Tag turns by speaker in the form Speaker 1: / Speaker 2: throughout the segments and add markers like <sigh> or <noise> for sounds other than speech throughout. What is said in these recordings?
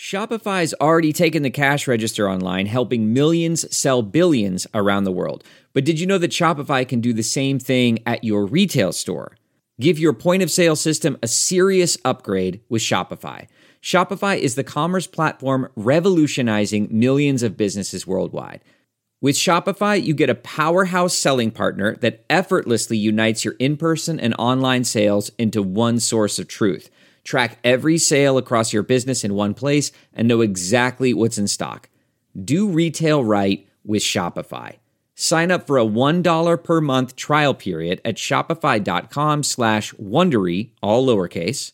Speaker 1: Shopify's already taken the cash register online, helping millions sell billions around the world. But did you know that Shopify can do the same thing at your retail store? Give your point of sale system a serious upgrade with Shopify. Shopify is the commerce platform revolutionizing millions of businesses worldwide. With Shopify, you get a powerhouse selling partner that effortlessly unites your in person and online sales into one source of truth. Track every sale across your business in one place and know exactly what's in stock. Do retail right with Shopify. Sign up for a $1 per month trial period at shopify.com slash Wondery, all lowercase.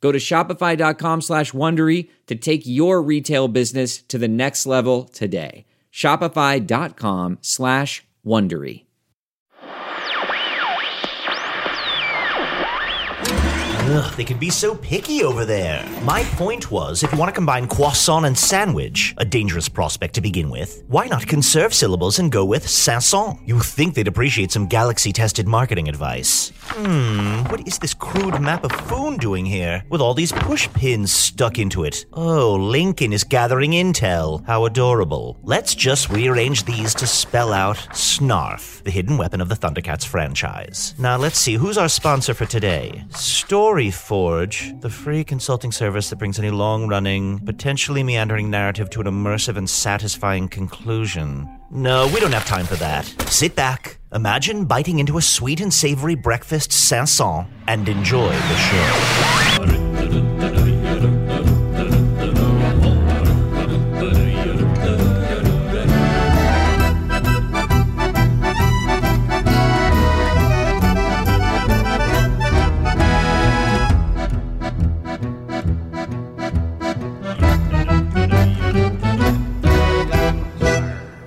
Speaker 1: Go to shopify.com slash Wondery to take your retail business to the next level today. Shopify.com slash Wondery.
Speaker 2: Ugh, they can be so picky over there. My point was if you want to combine croissant and sandwich, a dangerous prospect to begin with, why not conserve syllables and go with Sanson? You think they'd appreciate some galaxy tested marketing advice. Hmm, what is this crude map of Foon doing here with all these push pins stuck into it? Oh, Lincoln is gathering intel. How adorable. Let's just rearrange these to spell out Snarf, the hidden weapon of the Thundercats franchise. Now let's see who's our sponsor for today. Story Forge, the free consulting service that brings any long-running, potentially meandering narrative to an immersive and satisfying conclusion. No, we don't have time for that. Sit back, imagine biting into a sweet and savory breakfast Sanson, and enjoy the show.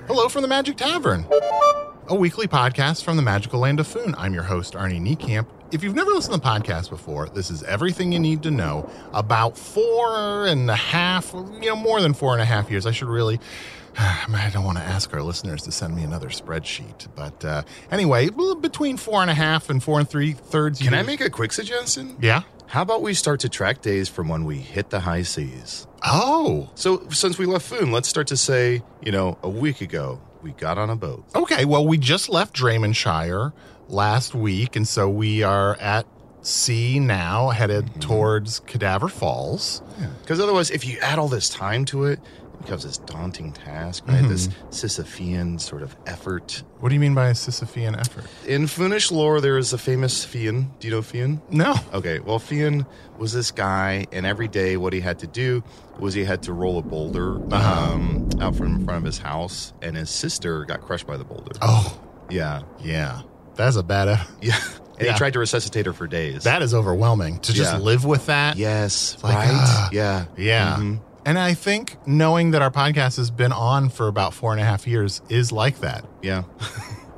Speaker 3: Hello from the Magic Tavern, a weekly podcast from the magical land of Foon. I'm your host, Arnie Niekamp. If you've never listened to the podcast before, this is everything you need to know about four and a half, you know, more than four and a half years. I should really, <sighs> I don't want to ask our listeners to send me another spreadsheet. But uh, anyway, well, between four and a half and four and three thirds.
Speaker 4: Can I
Speaker 3: years-
Speaker 4: make a quick suggestion?
Speaker 3: Yeah.
Speaker 4: How about we start to track days from when we hit the high seas?
Speaker 3: Oh,
Speaker 4: So, since we left Foon, let's start to say, you know, a week ago, we got on a boat.
Speaker 3: okay. Well, we just left Draymanshire last week, and so we are at sea now, headed
Speaker 4: Mm-hmm.
Speaker 3: towards Cadaver Falls.
Speaker 4: Because otherwise, if you add all this time to it, it becomes this daunting task, right? This
Speaker 3: Mm-hmm.
Speaker 4: Sisyphean sort of effort.
Speaker 3: What do you mean by a Sisyphean effort?
Speaker 4: In Foonish lore, there is a famous Fian. Do you know Fian?
Speaker 3: No.
Speaker 4: Okay, well, Fian was this guy, and every day what he had to do was he had to roll a boulder
Speaker 3: Uh-huh.
Speaker 4: um, out from in front of his house, and his sister got crushed by the boulder.
Speaker 3: Oh,
Speaker 4: Yeah,
Speaker 3: yeah. That's a bad. eff-
Speaker 4: yeah. And
Speaker 3: Yeah.
Speaker 4: he tried to resuscitate her for days.
Speaker 3: That is overwhelming to just
Speaker 4: Yeah.
Speaker 3: live with that.
Speaker 4: yes,
Speaker 3: like,
Speaker 4: right?
Speaker 3: ah.
Speaker 4: yeah,
Speaker 3: Yeah.
Speaker 4: Mhm.
Speaker 3: And I think knowing that our podcast has been on for about four and a half years is like that.
Speaker 4: yeah,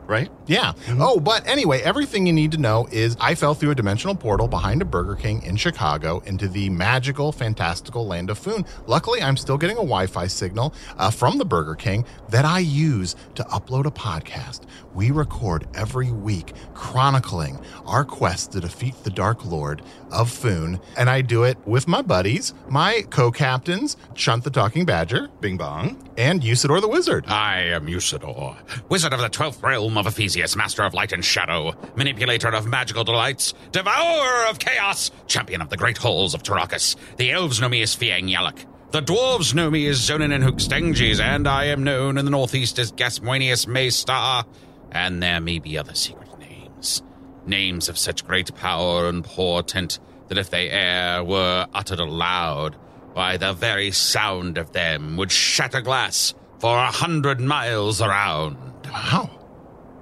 Speaker 4: right.
Speaker 3: Yeah.
Speaker 5: Mm-hmm.
Speaker 3: Oh, but anyway, everything you need to know is I fell through a dimensional portal behind a Burger King in Chicago into the magical, fantastical land of Foon. Luckily, I'm still getting a Wi Fi signal uh, from the Burger King that I use to upload a podcast. We record every week chronicling our quest to defeat the Dark Lord of Foon, and I do it with my buddies, my co captains, Chunt the Talking Badger,
Speaker 4: Bing bong.
Speaker 3: and Usador the Wizard.
Speaker 5: I am Usador, wizard of the twelfth realm of Ephesius, master of light and shadow, manipulator of magical delights, devourer of chaos, champion of the great halls of Tarakas. The elves know me as Fiang Yalak. The dwarves know me as Zonin and Hookstanges, and I am known in the northeast as Gasmoenius Maystar, and there may be other secret names. Names of such great power and portent that if they e'er were uttered aloud, why, the very sound of them would shatter glass for a hundred miles around.
Speaker 3: Wow.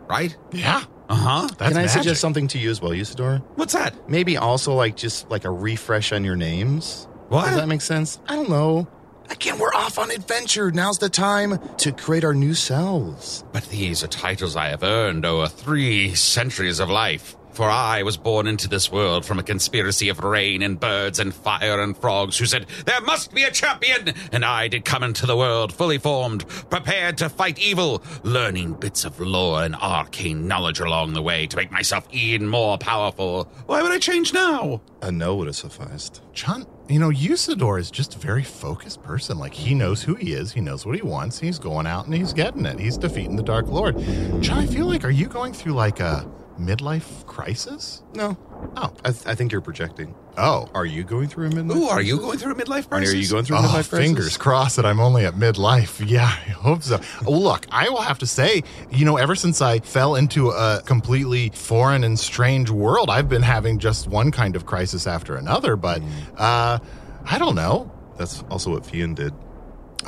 Speaker 5: Right?
Speaker 3: Yeah.
Speaker 5: Uh huh.
Speaker 3: <laughs> That's
Speaker 4: Can I
Speaker 3: magic.
Speaker 4: suggest something to you as well, Usador?
Speaker 5: What's that?
Speaker 4: Maybe also like just like a refresh on your names.
Speaker 5: What?
Speaker 4: Does that make sense? I don't know. Again, we're off on adventure. Now's the time to create our new selves.
Speaker 5: But these are titles I have earned over three centuries of life. For I was born into this world from a conspiracy of rain and birds and fire and frogs who said, There must be a champion! And I did come into the world fully formed, prepared to fight evil, learning bits of lore and arcane knowledge along the way to make myself even more powerful. Why would I change now?
Speaker 4: A no would have sufficed.
Speaker 3: Chun, you know, Usador is just a very focused person. Like he knows who he is, he knows what he wants, he's going out and he's getting it. He's defeating the Dark Lord. Chun, I feel like, are you going through like a midlife crisis?
Speaker 4: No.
Speaker 3: Oh,
Speaker 4: I, th- I think you're projecting.
Speaker 3: oh,
Speaker 4: Are you going through a midlife?
Speaker 5: Ooh, are you going through a midlife
Speaker 4: Arnie,
Speaker 5: crisis?
Speaker 4: are you going through a
Speaker 3: oh
Speaker 4: midlife crisis?
Speaker 3: fingers crossed that I'm only at midlife. <laughs> Yeah, I hope so. Well, Look, I will have to say, you know, ever since I fell into a completely foreign and strange world, I've been having just one kind of crisis after another. But uh, I don't know.
Speaker 4: Mm. That's also what Fion did.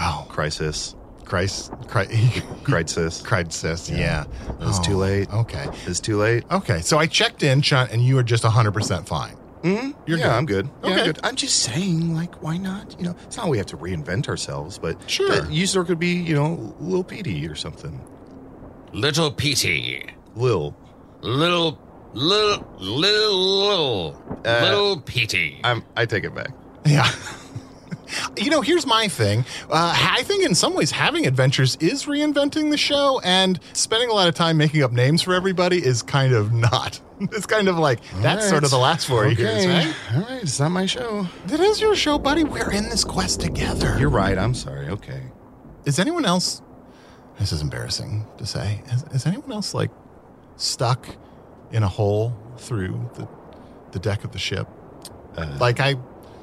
Speaker 3: Oh,
Speaker 4: Crisis.
Speaker 3: Christ, Christ. <laughs>
Speaker 4: Crisis.
Speaker 3: cried sis. Yeah. Oh,
Speaker 4: Yeah. It was too late.
Speaker 3: Okay.
Speaker 4: It's too late.
Speaker 3: Okay. So I checked in, Sean, and you are just 100% fine.
Speaker 4: Mm-hmm.
Speaker 3: You're
Speaker 4: yeah,
Speaker 3: good.
Speaker 4: I'm good. Yeah,
Speaker 3: Okay.
Speaker 4: I'm good. I'm just saying, like, why not? You know, it's not we have to reinvent ourselves, but
Speaker 3: Sure.
Speaker 4: but Usador could be, you know, Lil Petey or something.
Speaker 5: Little Petey.
Speaker 4: Lil.
Speaker 5: Little, little, little,
Speaker 4: Uh,
Speaker 5: little Oh, Petey.
Speaker 4: I'm, I take it back.
Speaker 3: Yeah. you know, here's my thing. Uh, I think in some ways, having adventures is reinventing the show, and spending a lot of time making up names for everybody is kind of not. <laughs> It's kind of like that's
Speaker 4: All right.
Speaker 3: sort of the last four years, right?
Speaker 4: All right, it's not my show.
Speaker 3: That is your show, buddy. We're in this quest together.
Speaker 4: You're right. I'm sorry. Okay.
Speaker 3: is anyone else this is embarrassing to say is, is anyone else like stuck in a hole through the, the deck of the ship
Speaker 4: Uh,
Speaker 3: like i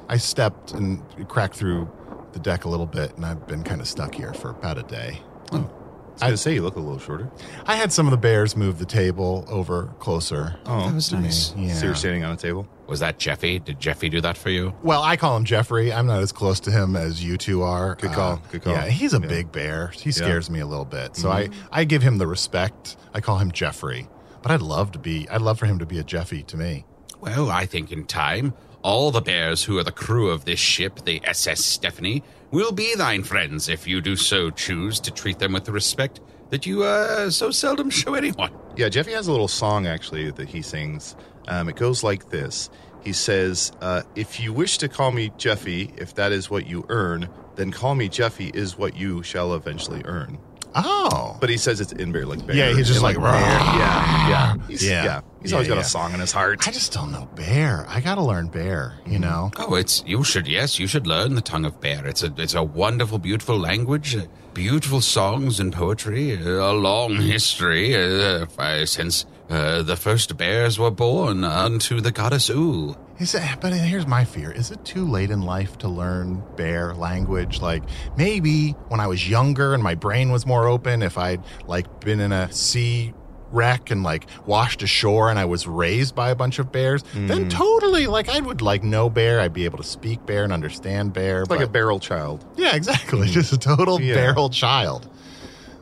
Speaker 3: i stepped and cracked through the deck a little bit and i've been kind of stuck here for about a day
Speaker 4: Hmm.
Speaker 3: Oh.
Speaker 4: I was gonna say you look a little shorter.
Speaker 3: i had some of the bears move the table over closer
Speaker 4: Oh,
Speaker 5: that was
Speaker 3: to me.
Speaker 5: nice.
Speaker 3: yeah
Speaker 4: So you're standing on a table.
Speaker 5: Was that Jeffy? Did Jeffy do that for you?
Speaker 3: well i call him jeffrey i'm not as close to him as you two are Uh,
Speaker 4: Good call, good call.
Speaker 3: yeah he's a
Speaker 4: Yeah.
Speaker 3: big bear he
Speaker 4: Yeah.
Speaker 3: scares me a little bit so
Speaker 5: Mm-hmm.
Speaker 3: i i give him the respect i call him jeffrey but i'd love to be i'd love for him to be a jeffy to me
Speaker 5: Well, I think in time, all the bears who are the crew of this ship, the SS Stephanie, will be thine friends if you do so choose to treat them with the respect that you uh, so seldom show anyone.
Speaker 4: Yeah, Jeffy has a little song actually that he sings. Um, it goes like this. He says, uh, "If you wish to call me Jeffy, if that is what you earn, then call me Jeffy is what you shall eventually earn."
Speaker 3: oh
Speaker 4: But he says it's in bear like bear.
Speaker 3: Yeah, he's
Speaker 4: and,
Speaker 3: just like, "Rah."
Speaker 4: yeah, yeah, He's,
Speaker 3: Yeah.
Speaker 4: yeah. He's
Speaker 3: Yeah,
Speaker 4: always got
Speaker 3: yeah.
Speaker 4: a song in his heart.
Speaker 3: i just don't know bear i gotta learn bear you know
Speaker 5: Oh, it's you should yes, you should learn the tongue of bear. It's a it's a wonderful, beautiful language, uh, beautiful songs and poetry, uh, a long history uh, uh, since uh, the first bears were born unto the goddess Ul.
Speaker 3: is it, but here's my fear is it too late in life to learn bear language like maybe when i was younger and my brain was more open if i'd like been in a sea wreck and like washed ashore and i was raised by a bunch of bears
Speaker 4: Hmm.
Speaker 3: then totally like i would like know bear i'd be able to speak bear and understand bear
Speaker 4: like a
Speaker 3: but-
Speaker 4: barrel child. Hmm.
Speaker 3: yeah exactly <laughs> just a total
Speaker 4: Yeah.
Speaker 3: barrel child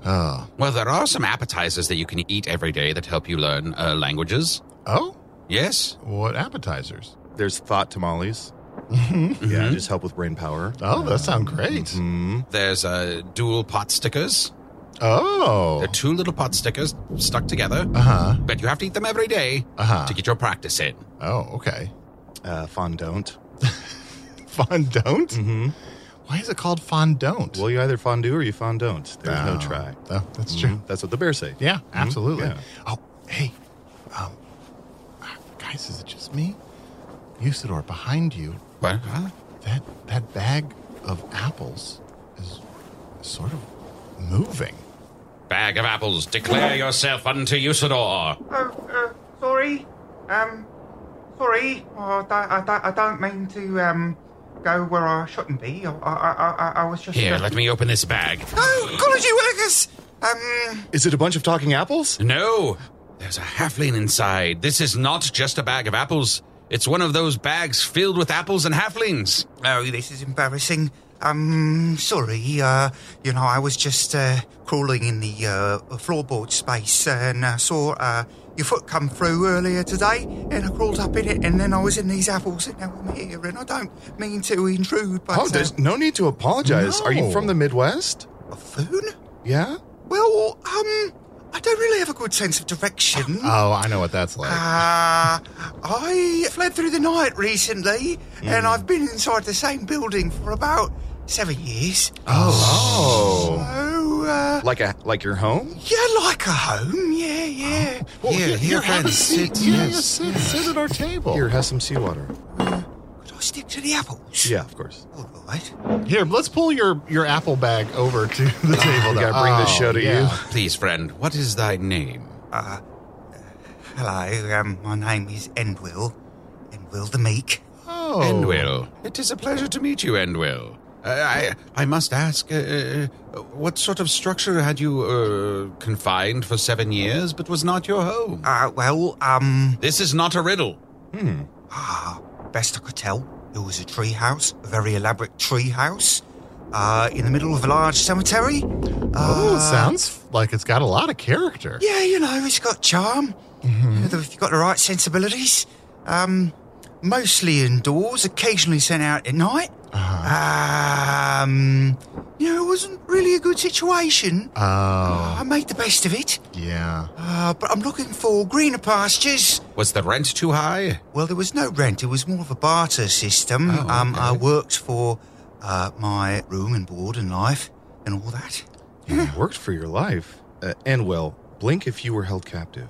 Speaker 5: Oh. Well, there are some appetizers that you can eat every day that help you learn uh, languages.
Speaker 3: oh
Speaker 5: Yes.
Speaker 3: what appetizers
Speaker 4: There's thought tamales. Mm-hmm. Yeah, just help with brain power.
Speaker 3: oh that sound great
Speaker 4: Mm.
Speaker 5: There's uh, dual pot stickers.
Speaker 3: oh
Speaker 5: They're two little pot stickers stuck together,
Speaker 3: uh-huh
Speaker 5: but you have to eat them every day
Speaker 3: Uh-huh.
Speaker 5: to get your practice in.
Speaker 3: oh okay
Speaker 4: Uh, fondant.
Speaker 3: <laughs> fondant
Speaker 4: Mm-hmm.
Speaker 3: Why is it called fondant?
Speaker 4: Well, you either fondue or you fondant. There's no
Speaker 3: Oh.
Speaker 4: try.
Speaker 3: Oh, that's true.
Speaker 4: Mhm. That's what the bears say.
Speaker 3: Yeah, absolutely.
Speaker 4: Yeah.
Speaker 3: Oh, hey, um, uh, guys, is it just me? Usador, behind you,
Speaker 5: What? Huh?
Speaker 3: that that bag of apples is sort of moving.
Speaker 5: Bag of apples, declare yourself unto Usador.
Speaker 6: Oh, uh, sorry. Um, sorry. Oh, I, don't- I, don't- I don't mean to, um, go where I shouldn't be. I, I, I, I- I was just.
Speaker 5: Here, let me open this bag.
Speaker 6: Oh, ecology workers! Um,
Speaker 4: Is it a bunch of talking apples?
Speaker 5: No, there's a halfling inside. This is not just a bag of apples. It's one of those bags filled with apples and halflings.
Speaker 6: oh, this is embarrassing. Um, sorry, uh, you know, I was just, uh, crawling in the, uh, floorboard space and I saw, uh, your foot come through earlier today and I crawled up in it and then I was in these apples and now I'm here and I don't mean to intrude, but.
Speaker 4: Oh, there's no need to apologize. Are you
Speaker 3: No.
Speaker 4: from the Midwest?
Speaker 6: uh, a phone?
Speaker 4: Yeah?
Speaker 6: Well, um, I don't really have a good sense of
Speaker 5: <laughs>
Speaker 6: direction.
Speaker 3: Oh, I know what that's like.
Speaker 6: Uh, I fled through the night recently, and
Speaker 5: Mm.
Speaker 6: I've been inside the same building for about seven years.
Speaker 4: Oh.
Speaker 6: Oh, uh,
Speaker 4: Like a like your home?
Speaker 6: yeah, like a home, yeah, yeah.
Speaker 7: Here, here,
Speaker 3: have a
Speaker 7: friends,
Speaker 3: seat.
Speaker 7: sit,
Speaker 3: Yeah,
Speaker 7: yes,
Speaker 3: yeah, sit, sit at our table.
Speaker 4: Here, has some seawater.
Speaker 6: Could I stick to the apples?
Speaker 4: Yeah, of course.
Speaker 6: All right.
Speaker 3: Here, let's pull your your apple bag
Speaker 4: <laughs>
Speaker 3: over to the table.
Speaker 4: We
Speaker 3: though.
Speaker 4: gotta bring this
Speaker 3: Oh,
Speaker 4: show to
Speaker 3: yeah.
Speaker 4: you.
Speaker 5: Please, friend, what is thy name?
Speaker 6: Uh, Hello, um, my name is Endwill, Endwill the Meek.
Speaker 3: Oh,
Speaker 5: Endwill. It is a pleasure to meet you, Endwill. Uh, I I must ask, uh, uh, what sort of structure had you uh, confined for seven years, but was not your home?
Speaker 6: Uh, well, um,
Speaker 5: This is not a riddle.
Speaker 3: Hmm.
Speaker 6: ah, best I could tell, it was a tree house, a very elaborate tree house, uh, in the middle of a large cemetery.
Speaker 3: Oh,
Speaker 6: Uh,
Speaker 3: sounds like it's got a lot of character.
Speaker 6: Yeah, you know, it's got charm.
Speaker 3: Mm-hmm.
Speaker 6: If you've got the right sensibilities. Um, mostly indoors, occasionally sent out at night.
Speaker 3: Uh-huh.
Speaker 6: Um, you know, it wasn't really a good situation.
Speaker 3: Oh,
Speaker 6: I made the best of it.
Speaker 3: yeah.
Speaker 6: Uh, but I'm looking for greener pastures.
Speaker 5: Was the rent too high?
Speaker 6: Well, there was no rent. It was more of a barter system.
Speaker 5: Oh,
Speaker 6: um,
Speaker 5: okay.
Speaker 6: I worked for uh, my room and board and life and all that.
Speaker 4: You worked for your life. Uh, and well, blink if you were held captive.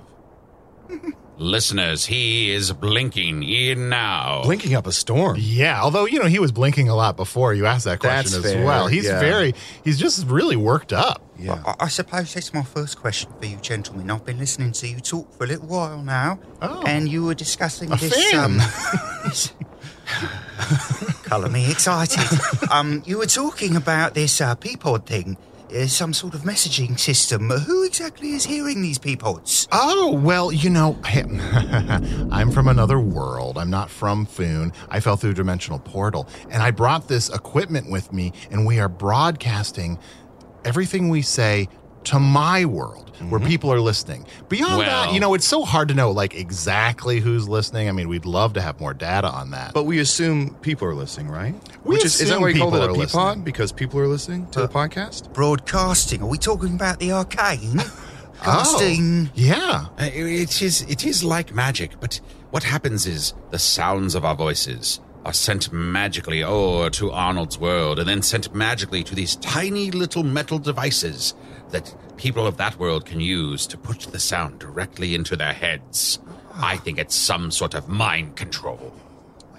Speaker 5: Listeners, he is blinking in now.
Speaker 4: Blinking up a storm.
Speaker 3: Yeah, although you know he was blinking a lot before you asked that question
Speaker 4: That's
Speaker 3: as
Speaker 4: fair,
Speaker 3: well. He's
Speaker 4: yeah.
Speaker 3: very, he's just really worked up.
Speaker 4: Yeah.
Speaker 6: I, I suppose that's my first question for you, gentlemen. I've been listening to you talk for a little while now,
Speaker 3: Oh.
Speaker 6: and you were discussing
Speaker 3: A <laughs>
Speaker 6: this.
Speaker 3: fan.
Speaker 6: Um, Colour me excited. um, you were talking about this uh, peapod thing, uh, some sort of messaging system. Who exactly is hearing these peapods?
Speaker 3: Oh, well, you know, <laughs> I'm from another world. I'm not from Foon. I fell through a dimensional portal, and I brought this equipment with me, and we are broadcasting everything we say to my world
Speaker 4: Mm-hmm.
Speaker 3: where people are listening. Beyond that,
Speaker 5: Well-
Speaker 3: you know, it's so hard to know like exactly who's listening. I mean, we'd love to have more data on that. <laughs>
Speaker 4: But we assume people are listening, right?
Speaker 3: We
Speaker 4: is, is that
Speaker 3: assume
Speaker 4: why you called it a
Speaker 3: people are
Speaker 4: peapod?
Speaker 3: listening.
Speaker 4: Because people are listening to the podcast?
Speaker 6: Uh, Broadcasting. Are we talking about
Speaker 4: <laughs>
Speaker 6: the arcane? Casting.
Speaker 3: Oh, yeah.
Speaker 5: Uh, It is it is like magic, but what happens is the sounds of our voices are sent magically over to Arnold's world and then sent magically to these tiny little metal devices that people of that world can use to put the sound directly into their heads. I think it's some sort of mind control.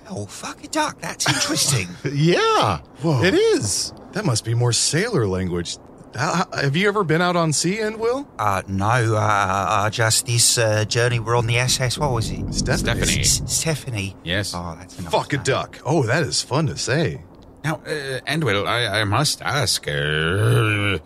Speaker 6: Well, fuck a duck. That's interesting.
Speaker 4: <laughs>
Speaker 3: Yeah.
Speaker 4: Whoa.
Speaker 3: It is.
Speaker 4: That must be more sailor language. How- how- have you ever been out on sea, and Will?
Speaker 6: Uh, no, uh, uh, just this uh, journey we're on the SS. What was it?
Speaker 5: Stephanie.
Speaker 6: S- Stephanie.
Speaker 5: Yes.
Speaker 6: Oh, that's enough.
Speaker 4: Fuck a duck. Oh, that is fun to say.
Speaker 5: Now, uh, Endwell, I, I must ask, uh,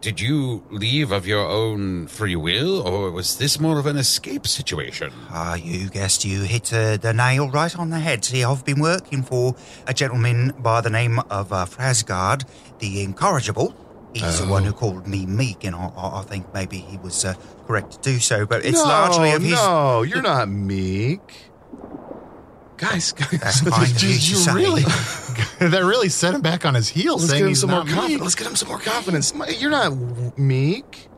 Speaker 5: did you leave of your own free will, or was this more of an escape situation?
Speaker 6: Ah, you guessed you hit uh, the nail right on the head. See, I've been working for a gentleman by the name of uh, Frasgard the Incorrigible. He's the one
Speaker 4: Oh.
Speaker 6: who called me meek, and I, I I think maybe he was uh, correct to do so. But it's
Speaker 4: no,
Speaker 6: largely of his.
Speaker 4: No, you're not meek. Guys, guys, <laughs>
Speaker 6: That's fine of you to
Speaker 3: You
Speaker 6: say.
Speaker 3: really, that really set him back on his heels
Speaker 4: let's
Speaker 3: saying
Speaker 4: get him
Speaker 3: he's
Speaker 4: some more
Speaker 3: not
Speaker 4: confidence.
Speaker 3: meek.
Speaker 4: Let's get him some more confidence. My- You're not w- meek.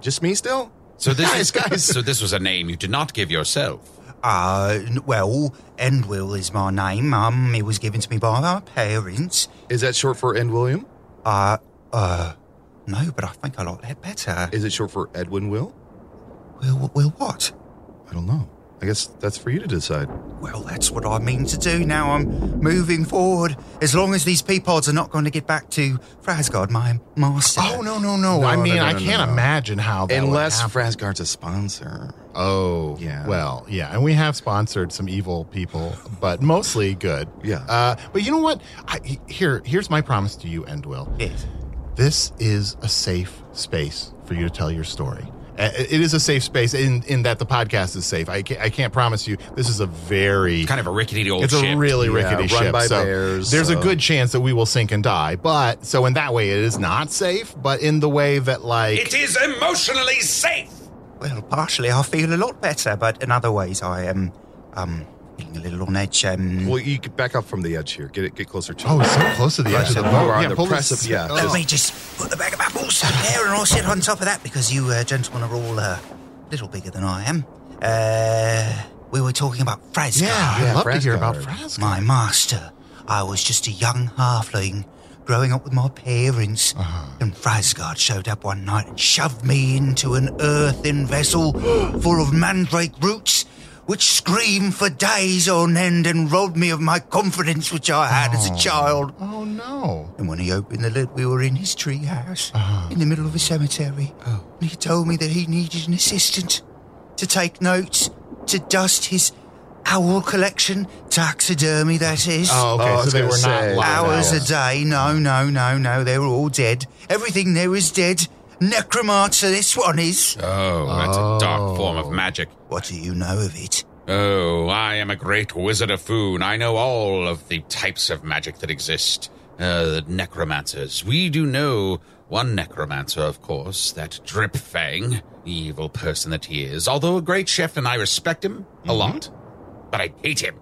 Speaker 4: Just me still?
Speaker 5: So
Speaker 4: <laughs>
Speaker 5: this
Speaker 4: Guys,
Speaker 5: is,
Speaker 4: guys.
Speaker 5: So this was a name you did not give yourself.
Speaker 6: Uh, n- well, Endwill is my name. Um, it was given to me by my parents.
Speaker 4: Is that short for End William?
Speaker 6: Uh, uh, no, but I think I like that better.
Speaker 4: Is it short for Edwin Will?
Speaker 6: Well, well, what?
Speaker 4: I don't know. I guess that's for you to decide.
Speaker 6: Well, that's what I mean to do now. I'm moving forward. As long as these peapods are not going to get back to Frasgard, my master.
Speaker 3: Oh no no no! I
Speaker 4: no,
Speaker 3: mean,
Speaker 4: no,
Speaker 3: I
Speaker 4: no, no,
Speaker 3: can't
Speaker 4: no.
Speaker 3: imagine how that would
Speaker 4: Unless
Speaker 3: happen.
Speaker 4: Frasgard's a sponsor.
Speaker 3: Oh,
Speaker 4: Yeah.
Speaker 3: Well, yeah. And we have sponsored some evil people, but mostly good.
Speaker 4: Yeah.
Speaker 3: Uh, but you know what? I, he- here, here's my promise to you, Endwill.
Speaker 6: Yes.
Speaker 3: This is a safe space for you to tell your story. Uh, It is a safe space in, in that the podcast is safe. I can't, I can't promise you. This is a very
Speaker 5: Kind of a rickety old
Speaker 3: it's a
Speaker 5: ship.
Speaker 3: really
Speaker 4: Yeah,
Speaker 3: rickety
Speaker 4: run
Speaker 3: ship.
Speaker 4: by
Speaker 3: so
Speaker 4: bears,
Speaker 3: there's
Speaker 4: so-
Speaker 3: a good chance that we will sink and die. But so in that way, it is not safe. But in the way that like
Speaker 5: It is emotionally safe.
Speaker 6: Well, partially I feel a lot better, but in other ways I am um feeling a little on edge. Um,
Speaker 4: Well, you could back up from the edge here. Get it, get closer to.
Speaker 3: oh,
Speaker 4: it.
Speaker 3: it's so close to the edge
Speaker 4: Precipice.
Speaker 3: of the boat.
Speaker 4: We're on
Speaker 3: Yeah,
Speaker 4: the
Speaker 3: pull this-
Speaker 4: precipice. Yeah,
Speaker 3: oh.
Speaker 4: just-
Speaker 6: Let me just put the bag of apples up there, and I'll sit on top of that because you uh, gentlemen are all uh, a little bigger than I am. Uh, we were talking about Frascar.
Speaker 3: Yeah, I'd
Speaker 4: Yeah,
Speaker 3: love to hear about
Speaker 4: Frasgard.
Speaker 3: Frasgard.
Speaker 6: My master, I was just a young halfling growing up with my parents, and Frasgard showed up one night and shoved me into an earthen vessel full of mandrake roots, which screamed for days on end and robbed me of my confidence, which I had as a child.
Speaker 3: Oh no.
Speaker 6: And when he opened the lid, we were in his tree house,
Speaker 8: Uh-huh.
Speaker 6: in the middle of a cemetery. And he told me that he needed an assistant to take notes, to dust his owl collection, taxidermy, that is.
Speaker 3: Oh,
Speaker 4: Oh, I
Speaker 3: okay. so
Speaker 4: was
Speaker 3: they
Speaker 4: gonna
Speaker 3: were
Speaker 4: say.
Speaker 3: not live
Speaker 6: Hours a day. No, no, no, no. They were all dead. Everything there is dead. Necromancer, this one is.
Speaker 5: Oh, that's a dark form of magic.
Speaker 6: Oh. What do you know of it?
Speaker 5: Oh, I am a great wizard of Foon. I know all of the types of magic that exist. Uh, the necromancers. We do know one necromancer, of course, that Dripfang, evil person that he is. Although a great chef, and I respect him
Speaker 6: Mm-hmm.
Speaker 5: a lot, but I hate him.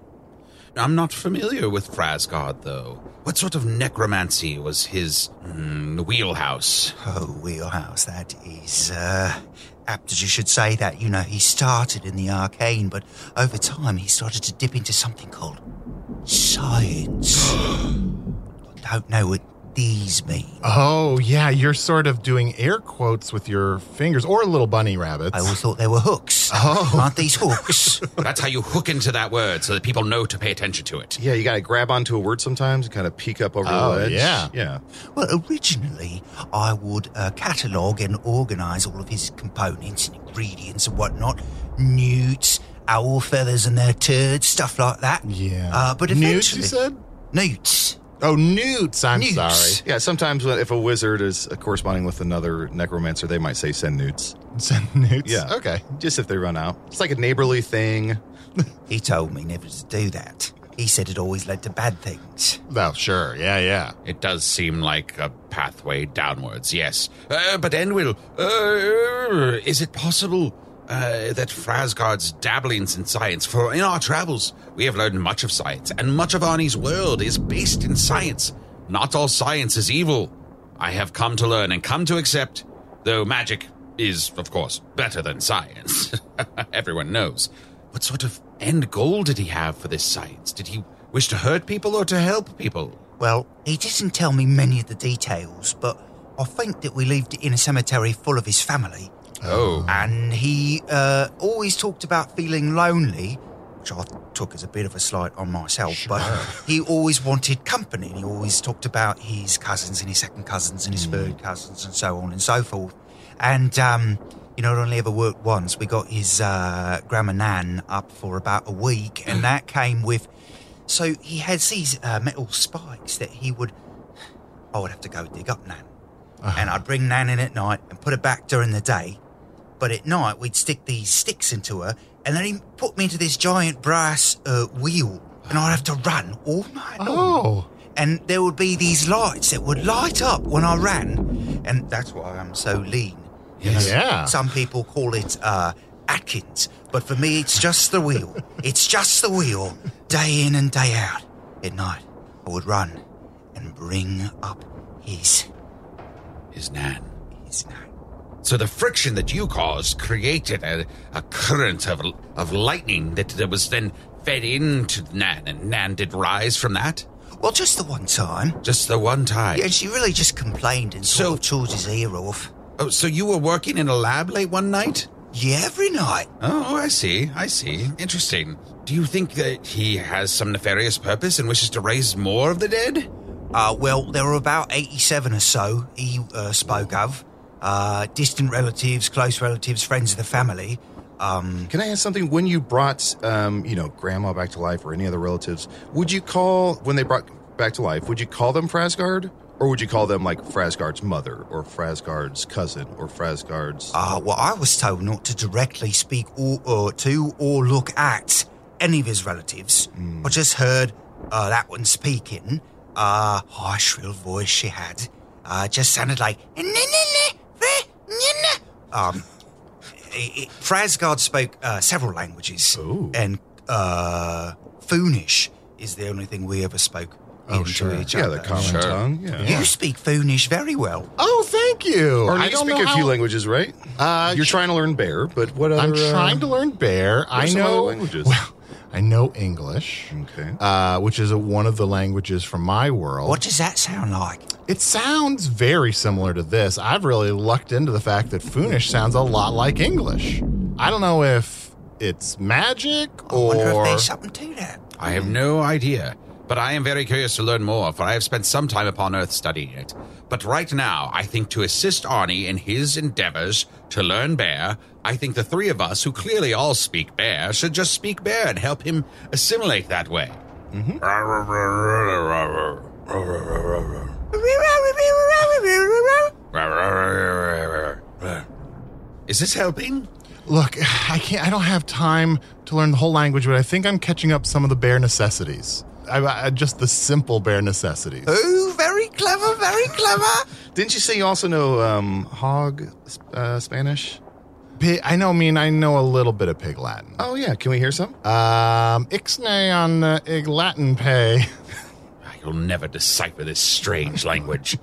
Speaker 5: I'm not familiar with Frasgard, though. What sort of necromancy was his mm, wheelhouse?
Speaker 6: Oh, wheelhouse, that is. Uh, apt as you should say that. You know, he started in the arcane, but over time he started to dip into something called
Speaker 4: <gasps>
Speaker 6: science. <gasps> I don't know what these mean.
Speaker 3: Oh yeah, you're sort of doing air quotes with your fingers or little bunny rabbits.
Speaker 6: I always thought they were hooks. Oh. Aren't these
Speaker 3: <laughs>
Speaker 6: hooks?
Speaker 5: That's how you hook into that word so that people know to pay attention to it.
Speaker 4: Yeah, you got to grab onto a word sometimes and kind of peek up over
Speaker 3: Oh,
Speaker 4: the edge.
Speaker 3: yeah.
Speaker 4: Yeah.
Speaker 6: Well, originally, I would uh, catalogue and organise all of his components and ingredients and whatnot. Newts, owl feathers and their turds, stuff like that.
Speaker 3: yeah.
Speaker 6: Uh, but eventually,
Speaker 3: newts, you said?
Speaker 6: Newts.
Speaker 3: Oh, newts. I'm
Speaker 6: Newts.
Speaker 3: sorry.
Speaker 4: Yeah, sometimes when- if a wizard is uh, corresponding with another necromancer, they might say send newts.
Speaker 3: Said newts.
Speaker 4: Yeah.
Speaker 3: Okay.
Speaker 4: Just if they run out. It's like a neighborly thing.
Speaker 6: He told me never to do that. He said it always led to bad things.
Speaker 3: Oh, sure. Yeah, yeah.
Speaker 5: It does seem like a pathway downwards, yes. Uh, but Enwil, uh, is it possible uh, that Frasgard's dabblings in science? For in our travels, we have learned much of science, and much of Arnie's world is based in science. Not all science is evil. I have come to learn and come to accept, though magic is, of course, better than science. <laughs> Everyone knows. What sort of end goal did he have for this science? Did he wish to hurt people or to help people?
Speaker 6: Well, he didn't tell me many of the details, but I think that we lived in a cemetery full of his family.
Speaker 5: Oh.
Speaker 6: And he uh, always talked about feeling lonely, which I took as a bit of a slight on myself, but he always wanted company. and He always talked about his cousins and his second cousins and his third cousins and so on and so forth. And, um, you know, it only ever worked once. We got his uh, grandma Nan up for about a week, and that came with. So he has these uh, metal spikes that he would. I would have to go dig up Nan.
Speaker 3: Uh-huh.
Speaker 6: And I'd bring Nan in at night and put her back during the day. But at night, we'd stick these sticks into her, and then he put me into this giant brass uh, wheel, and I'd have to run all night long.
Speaker 3: Oh.
Speaker 6: And there would be these lights that would light up when I ran, and that's why I'm so lean.
Speaker 3: Yeah.
Speaker 6: Some people call it uh, Atkins, but for me, it's just the
Speaker 3: <laughs>
Speaker 6: wheel. it's just the wheel, day in and day out. At night, I would run and bring up his
Speaker 5: His Nan.
Speaker 6: his name.
Speaker 5: So the friction that you caused created a, a current of, of lightning that, that was then fed into Nan, and Nan did rise from that?
Speaker 6: Well, just the one time.
Speaker 5: Just the one time.
Speaker 6: Yeah, and she really just complained and sort
Speaker 5: So-
Speaker 6: of chewed his ear off.
Speaker 5: Oh, so you were working in a lab late one night?
Speaker 6: Yeah, every night.
Speaker 5: Oh, I see. I see. Interesting. Do you think that he has some nefarious purpose and wishes to raise more of the dead?
Speaker 6: Uh, well, there were about 87 or so he uh, spoke of. Uh, distant relatives, close relatives, friends of the family. Um,
Speaker 4: Can I ask something? When you brought, um, you know, grandma back to life or any other relatives, would you call, when they brought back to life, would you call them Frasgard? Or would you call them like Frasgard's mother or Frasgard's cousin or Frasgard's.
Speaker 6: uh, well, I was told not to directly speak or, or to or look at any of his relatives.
Speaker 5: Hmm.
Speaker 6: I just heard uh, that one speaking. Uh, high, shrill voice she had. Uh, just sounded like. Um, it- it- Frasgard spoke uh, several languages, and uh, Foonish is the only thing we ever spoke into each
Speaker 4: Oh, yeah,
Speaker 6: other.
Speaker 4: the common tongue. Yeah.
Speaker 6: You speak Foonish very well.
Speaker 3: Oh, thank you.
Speaker 4: Or
Speaker 3: I
Speaker 4: you
Speaker 3: don't
Speaker 4: speak
Speaker 3: know
Speaker 4: a few
Speaker 3: how-
Speaker 4: languages, right?
Speaker 3: Uh,
Speaker 4: You're trying to learn bear, but what other.
Speaker 3: I'm
Speaker 4: uh,
Speaker 3: trying to learn bear.
Speaker 4: are
Speaker 3: I
Speaker 4: some other
Speaker 3: know
Speaker 4: languages?
Speaker 3: <laughs> Well, I know English.
Speaker 4: Okay.
Speaker 3: Uh, which is a, one of the languages from my world.
Speaker 6: What does that sound like?
Speaker 3: It sounds very similar to this. I've really lucked into the fact that Foonish sounds a lot like English. I don't know if it's magic
Speaker 6: I
Speaker 3: or
Speaker 6: wonder if there's something to that.
Speaker 5: I have no idea, but I am very curious to learn more, for I have spent some time upon Earth studying it. But right now, I think to assist Arnie in his endeavors to learn Bear, I think the three of us, who clearly all speak Bear, should just speak Bear and help him assimilate that way. Is this helping?
Speaker 3: look. <sighs> I can't. I don't have time to learn the whole language, but I think I'm catching up some of the bare necessities. I, I, just the simple bare necessities.
Speaker 6: Oh, very clever, very clever.
Speaker 4: Didn't you say you also know um, hog uh, Spanish?
Speaker 3: Pi- I know. I mean, I know a little bit of Pig Latin.
Speaker 4: Oh, yeah. Can we hear some? Uh,
Speaker 3: Um, ixnay on uh, ig
Speaker 4: <laughs>
Speaker 3: Latin pay.
Speaker 5: You'll never decipher this strange language.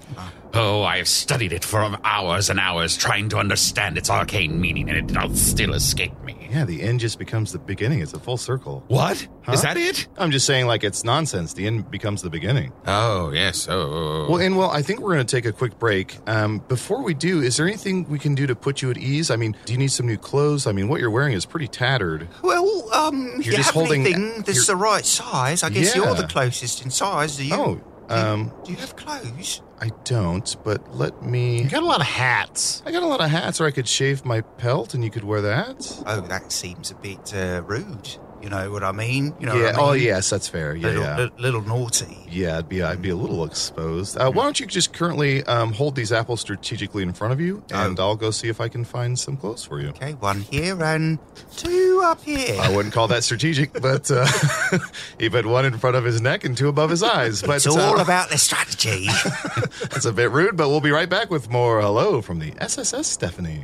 Speaker 5: Oh, I have studied it for hours and hours, trying to understand its arcane meaning, and it'll still escape me.
Speaker 4: Yeah, the end just becomes the beginning. It's a full circle.
Speaker 5: What? Is
Speaker 4: Huh?
Speaker 5: that it?
Speaker 4: I'm just saying, like, it's nonsense. The end becomes the beginning.
Speaker 5: Oh, yes. Oh.
Speaker 4: Well, and well, I think we're going to take a quick break. Um, before we do, is there anything we can do to put you at ease? I mean, do you need some new clothes? I mean, what you're wearing is pretty tattered.
Speaker 6: Well, um, you
Speaker 4: just
Speaker 6: have
Speaker 4: holding-
Speaker 6: anything that's the
Speaker 4: you're-
Speaker 6: right size. I guess you're
Speaker 4: Yeah.
Speaker 6: the closest in size. Do you?
Speaker 4: Oh, um,
Speaker 6: Do you have clothes?
Speaker 4: I don't, but let me.
Speaker 3: You got a lot of hats.
Speaker 4: I got a lot of hats, or I could shave my pelt and you could wear that.
Speaker 6: Oh, that seems a bit uh, rude. You know what I mean? You know
Speaker 4: yeah.
Speaker 6: what I
Speaker 4: Oh,
Speaker 6: mean?
Speaker 4: yes, that's fair. Yeah.
Speaker 6: Little,
Speaker 4: yeah.
Speaker 6: li- little naughty.
Speaker 4: Yeah, I'd be I'd be a little exposed. Uh, why don't you just currently um, hold these apples strategically in front of you, and I'll go see if I can find some clothes for you.
Speaker 6: Oh. Okay, one here and two up here.
Speaker 4: I wouldn't
Speaker 6: <laughs>
Speaker 4: call that strategic, but uh, <laughs> he put one in front of his neck and two above his eyes. But
Speaker 6: it's all
Speaker 4: uh,
Speaker 6: about the strategy.
Speaker 4: <laughs> that's a bit rude. But we'll be right back with more. Hello from the SSS, Stephanie.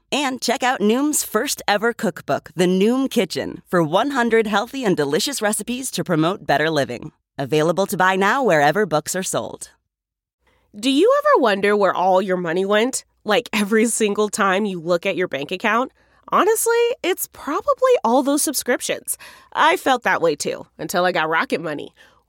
Speaker 9: And check out Noom's first ever cookbook, The Noom Kitchen, for 100 healthy and delicious recipes to promote better living. Available to buy now wherever books are sold.
Speaker 10: Do you ever wonder where all your money went? Like every single time you look at your bank account? Honestly, it's probably all those subscriptions. I felt that way too until I got Rocket Money.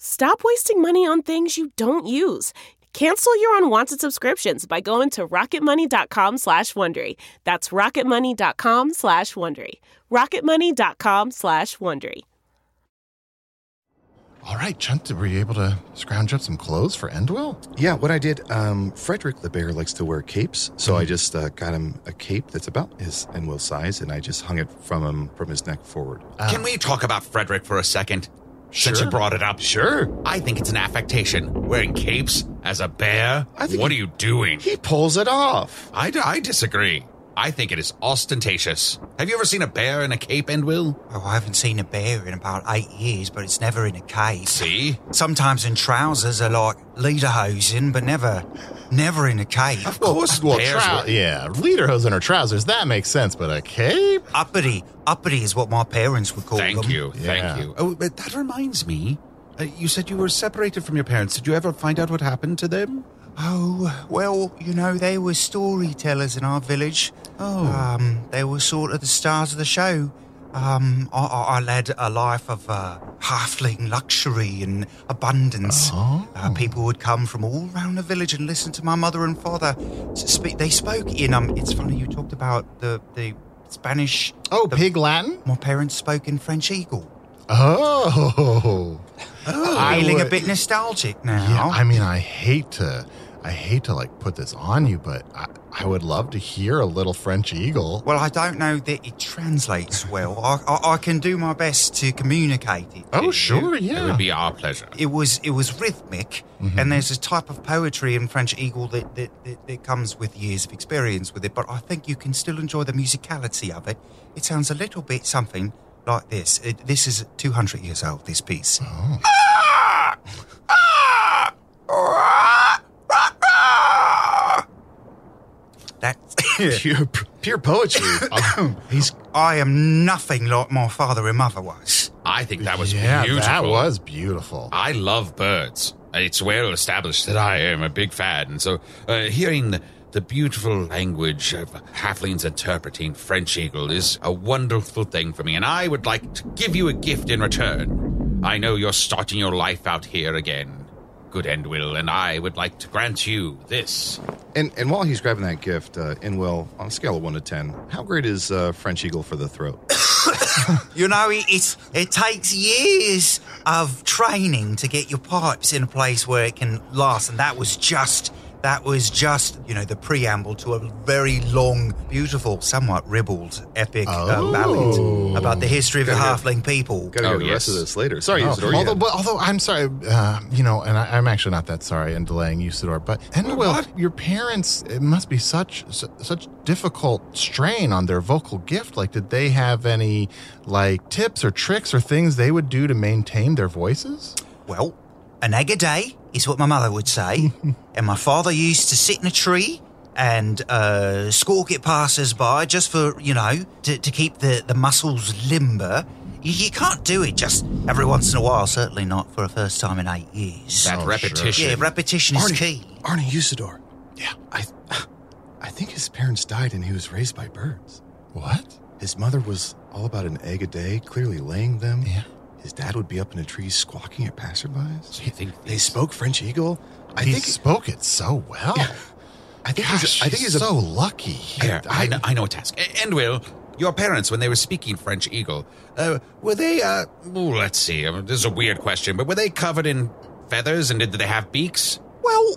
Speaker 10: Stop wasting money on things you don't use. Cancel your unwanted subscriptions by going to rocketmoney.com slash Wondery. That's rocketmoney.com slash Wondery. rocketmoney.com slash Wondery.
Speaker 3: All right, Chunt, were you able to scrounge up some clothes for Endwell?
Speaker 4: Yeah, what I did, um, Frederick the Bear likes to wear capes, so I just uh, got him a cape that's about his and Will's size, and I just hung it from him from his neck forward.
Speaker 5: Can we talk about Frederick for a second? Since you brought it up.
Speaker 4: Sure.
Speaker 5: I think it's an affectation. Wearing capes as a bear?
Speaker 4: I think
Speaker 5: what
Speaker 4: he-
Speaker 5: are you doing?
Speaker 4: He pulls it off.
Speaker 5: I, d- I disagree. I think it is ostentatious. Have you ever seen a bear in a cape, and will?
Speaker 6: Oh, I haven't seen a bear in about eight years, but it's never in a cave.
Speaker 5: See?
Speaker 6: Sometimes in trousers are like lederhosen, but never, never in a cave.
Speaker 3: Of course, well,
Speaker 5: bears
Speaker 3: trou-
Speaker 5: were-
Speaker 3: yeah, lederhosen or trousers, that makes sense, but a cape?
Speaker 6: Uppity, uppity is what my parents would call
Speaker 5: Thank
Speaker 6: them.
Speaker 5: you.
Speaker 3: Yeah.
Speaker 5: Thank you. Oh, but that reminds me. Uh, you said you were separated from your parents. Did you ever find out what happened to them?
Speaker 6: Oh, well, you know, they were storytellers in our village. Oh. Um, they were sort of the stars of the show. Um, I, I, I led a life of uh, halfling luxury and abundance.
Speaker 5: Oh.
Speaker 6: Uh, people would come from all around the village and listen to my mother and father. S- Speak, they spoke in, um, it's funny you talked about the, the Spanish.
Speaker 3: Oh,
Speaker 6: the-
Speaker 3: pig Latin?
Speaker 6: My parents spoke in French Eagle.
Speaker 3: Oh. I
Speaker 6: Feeling
Speaker 3: would-
Speaker 6: a bit nostalgic
Speaker 3: Yeah,
Speaker 6: now.
Speaker 3: I mean, I hate to, I hate to like put this on you, but I, I would love to hear a little French eagle.
Speaker 6: Well, I don't know that it translates well. I, I, I can do my best to communicate it.
Speaker 3: Oh, sure,
Speaker 5: It
Speaker 3: yeah.
Speaker 5: would be our pleasure.
Speaker 6: It was it was rhythmic,
Speaker 4: Mm-hmm.
Speaker 6: and there's a type of poetry in French Eagle that that, that that comes with years of experience with it. But I think you can still enjoy the musicality of it. It sounds a little bit something like this. It, this is 200 years old. This piece.
Speaker 4: Oh. <laughs>
Speaker 6: That's.
Speaker 4: Pure, pure
Speaker 6: <laughs>
Speaker 4: poetry. Um, he's
Speaker 6: I am nothing like my father and mother was.
Speaker 5: I think that was
Speaker 3: yeah,
Speaker 5: beautiful.
Speaker 3: that was beautiful.
Speaker 5: I love birds. It's well established that I am a big fan. And so uh, hearing the, the beautiful language of Halflings interpreting French Eagle is a wonderful thing for me. And I would like to give you a gift in return. I know you're starting your life out here again, good Endwill, and I would like to grant you this.
Speaker 4: and and while he's grabbing that gift, uh, Inwell, on a scale of one to ten, how great is uh, French Eagle for the throat?
Speaker 6: You know, it, it's it takes years of training to get your pipes in a place where it can last, and that was just that was just you know the preamble to a very long, beautiful, somewhat ribald, epic
Speaker 3: Oh.
Speaker 6: uh, ballad about the history of the halfling people.
Speaker 4: Got to
Speaker 5: Oh,
Speaker 4: hear the rest
Speaker 5: yes.
Speaker 4: of this later. Sorry,
Speaker 3: Oh,
Speaker 4: Isidore. you
Speaker 3: although,
Speaker 4: had-
Speaker 3: but, although I'm sorry, uh, you know, and I, I'm actually not that sorry in delaying you, Sidor. But and well, your parents, it must be such su- such difficult strain on their vocal gift. Like, did they have any like tips or tricks or things they would do to maintain their voices?
Speaker 6: Well, an egg Oh, a day is what my mother
Speaker 4: <laughs>
Speaker 6: would say, and my father used to sit in a tree and uh, squawk at passers-by just for you know to, to keep the, the muscles limber. You, you can't do it just every once in a while. Certainly not for a first time in eight years.
Speaker 5: That repetition.
Speaker 6: yeah, repetition is key.
Speaker 4: Oh, Arnie Usador. Yeah. I I think his parents died and he was raised by birds.
Speaker 3: What?
Speaker 4: His mother was all about an egg a day, clearly laying them.
Speaker 3: Yeah.
Speaker 4: His dad would be up in a tree squawking at passerbys.
Speaker 5: Do you think
Speaker 4: They spoke French Eagle. I
Speaker 3: he
Speaker 4: think
Speaker 3: spoke it so well.
Speaker 4: I think
Speaker 3: Gosh,
Speaker 4: he's, I think he's
Speaker 3: so
Speaker 4: a
Speaker 3: lucky.
Speaker 5: Here, I, know, I know a task. A- And Will, your parents, when they were speaking French Eagle, uh, were they, uh, ooh, let's see, um, this is a weird question, but were they covered in feathers and did they have beaks?
Speaker 6: Well,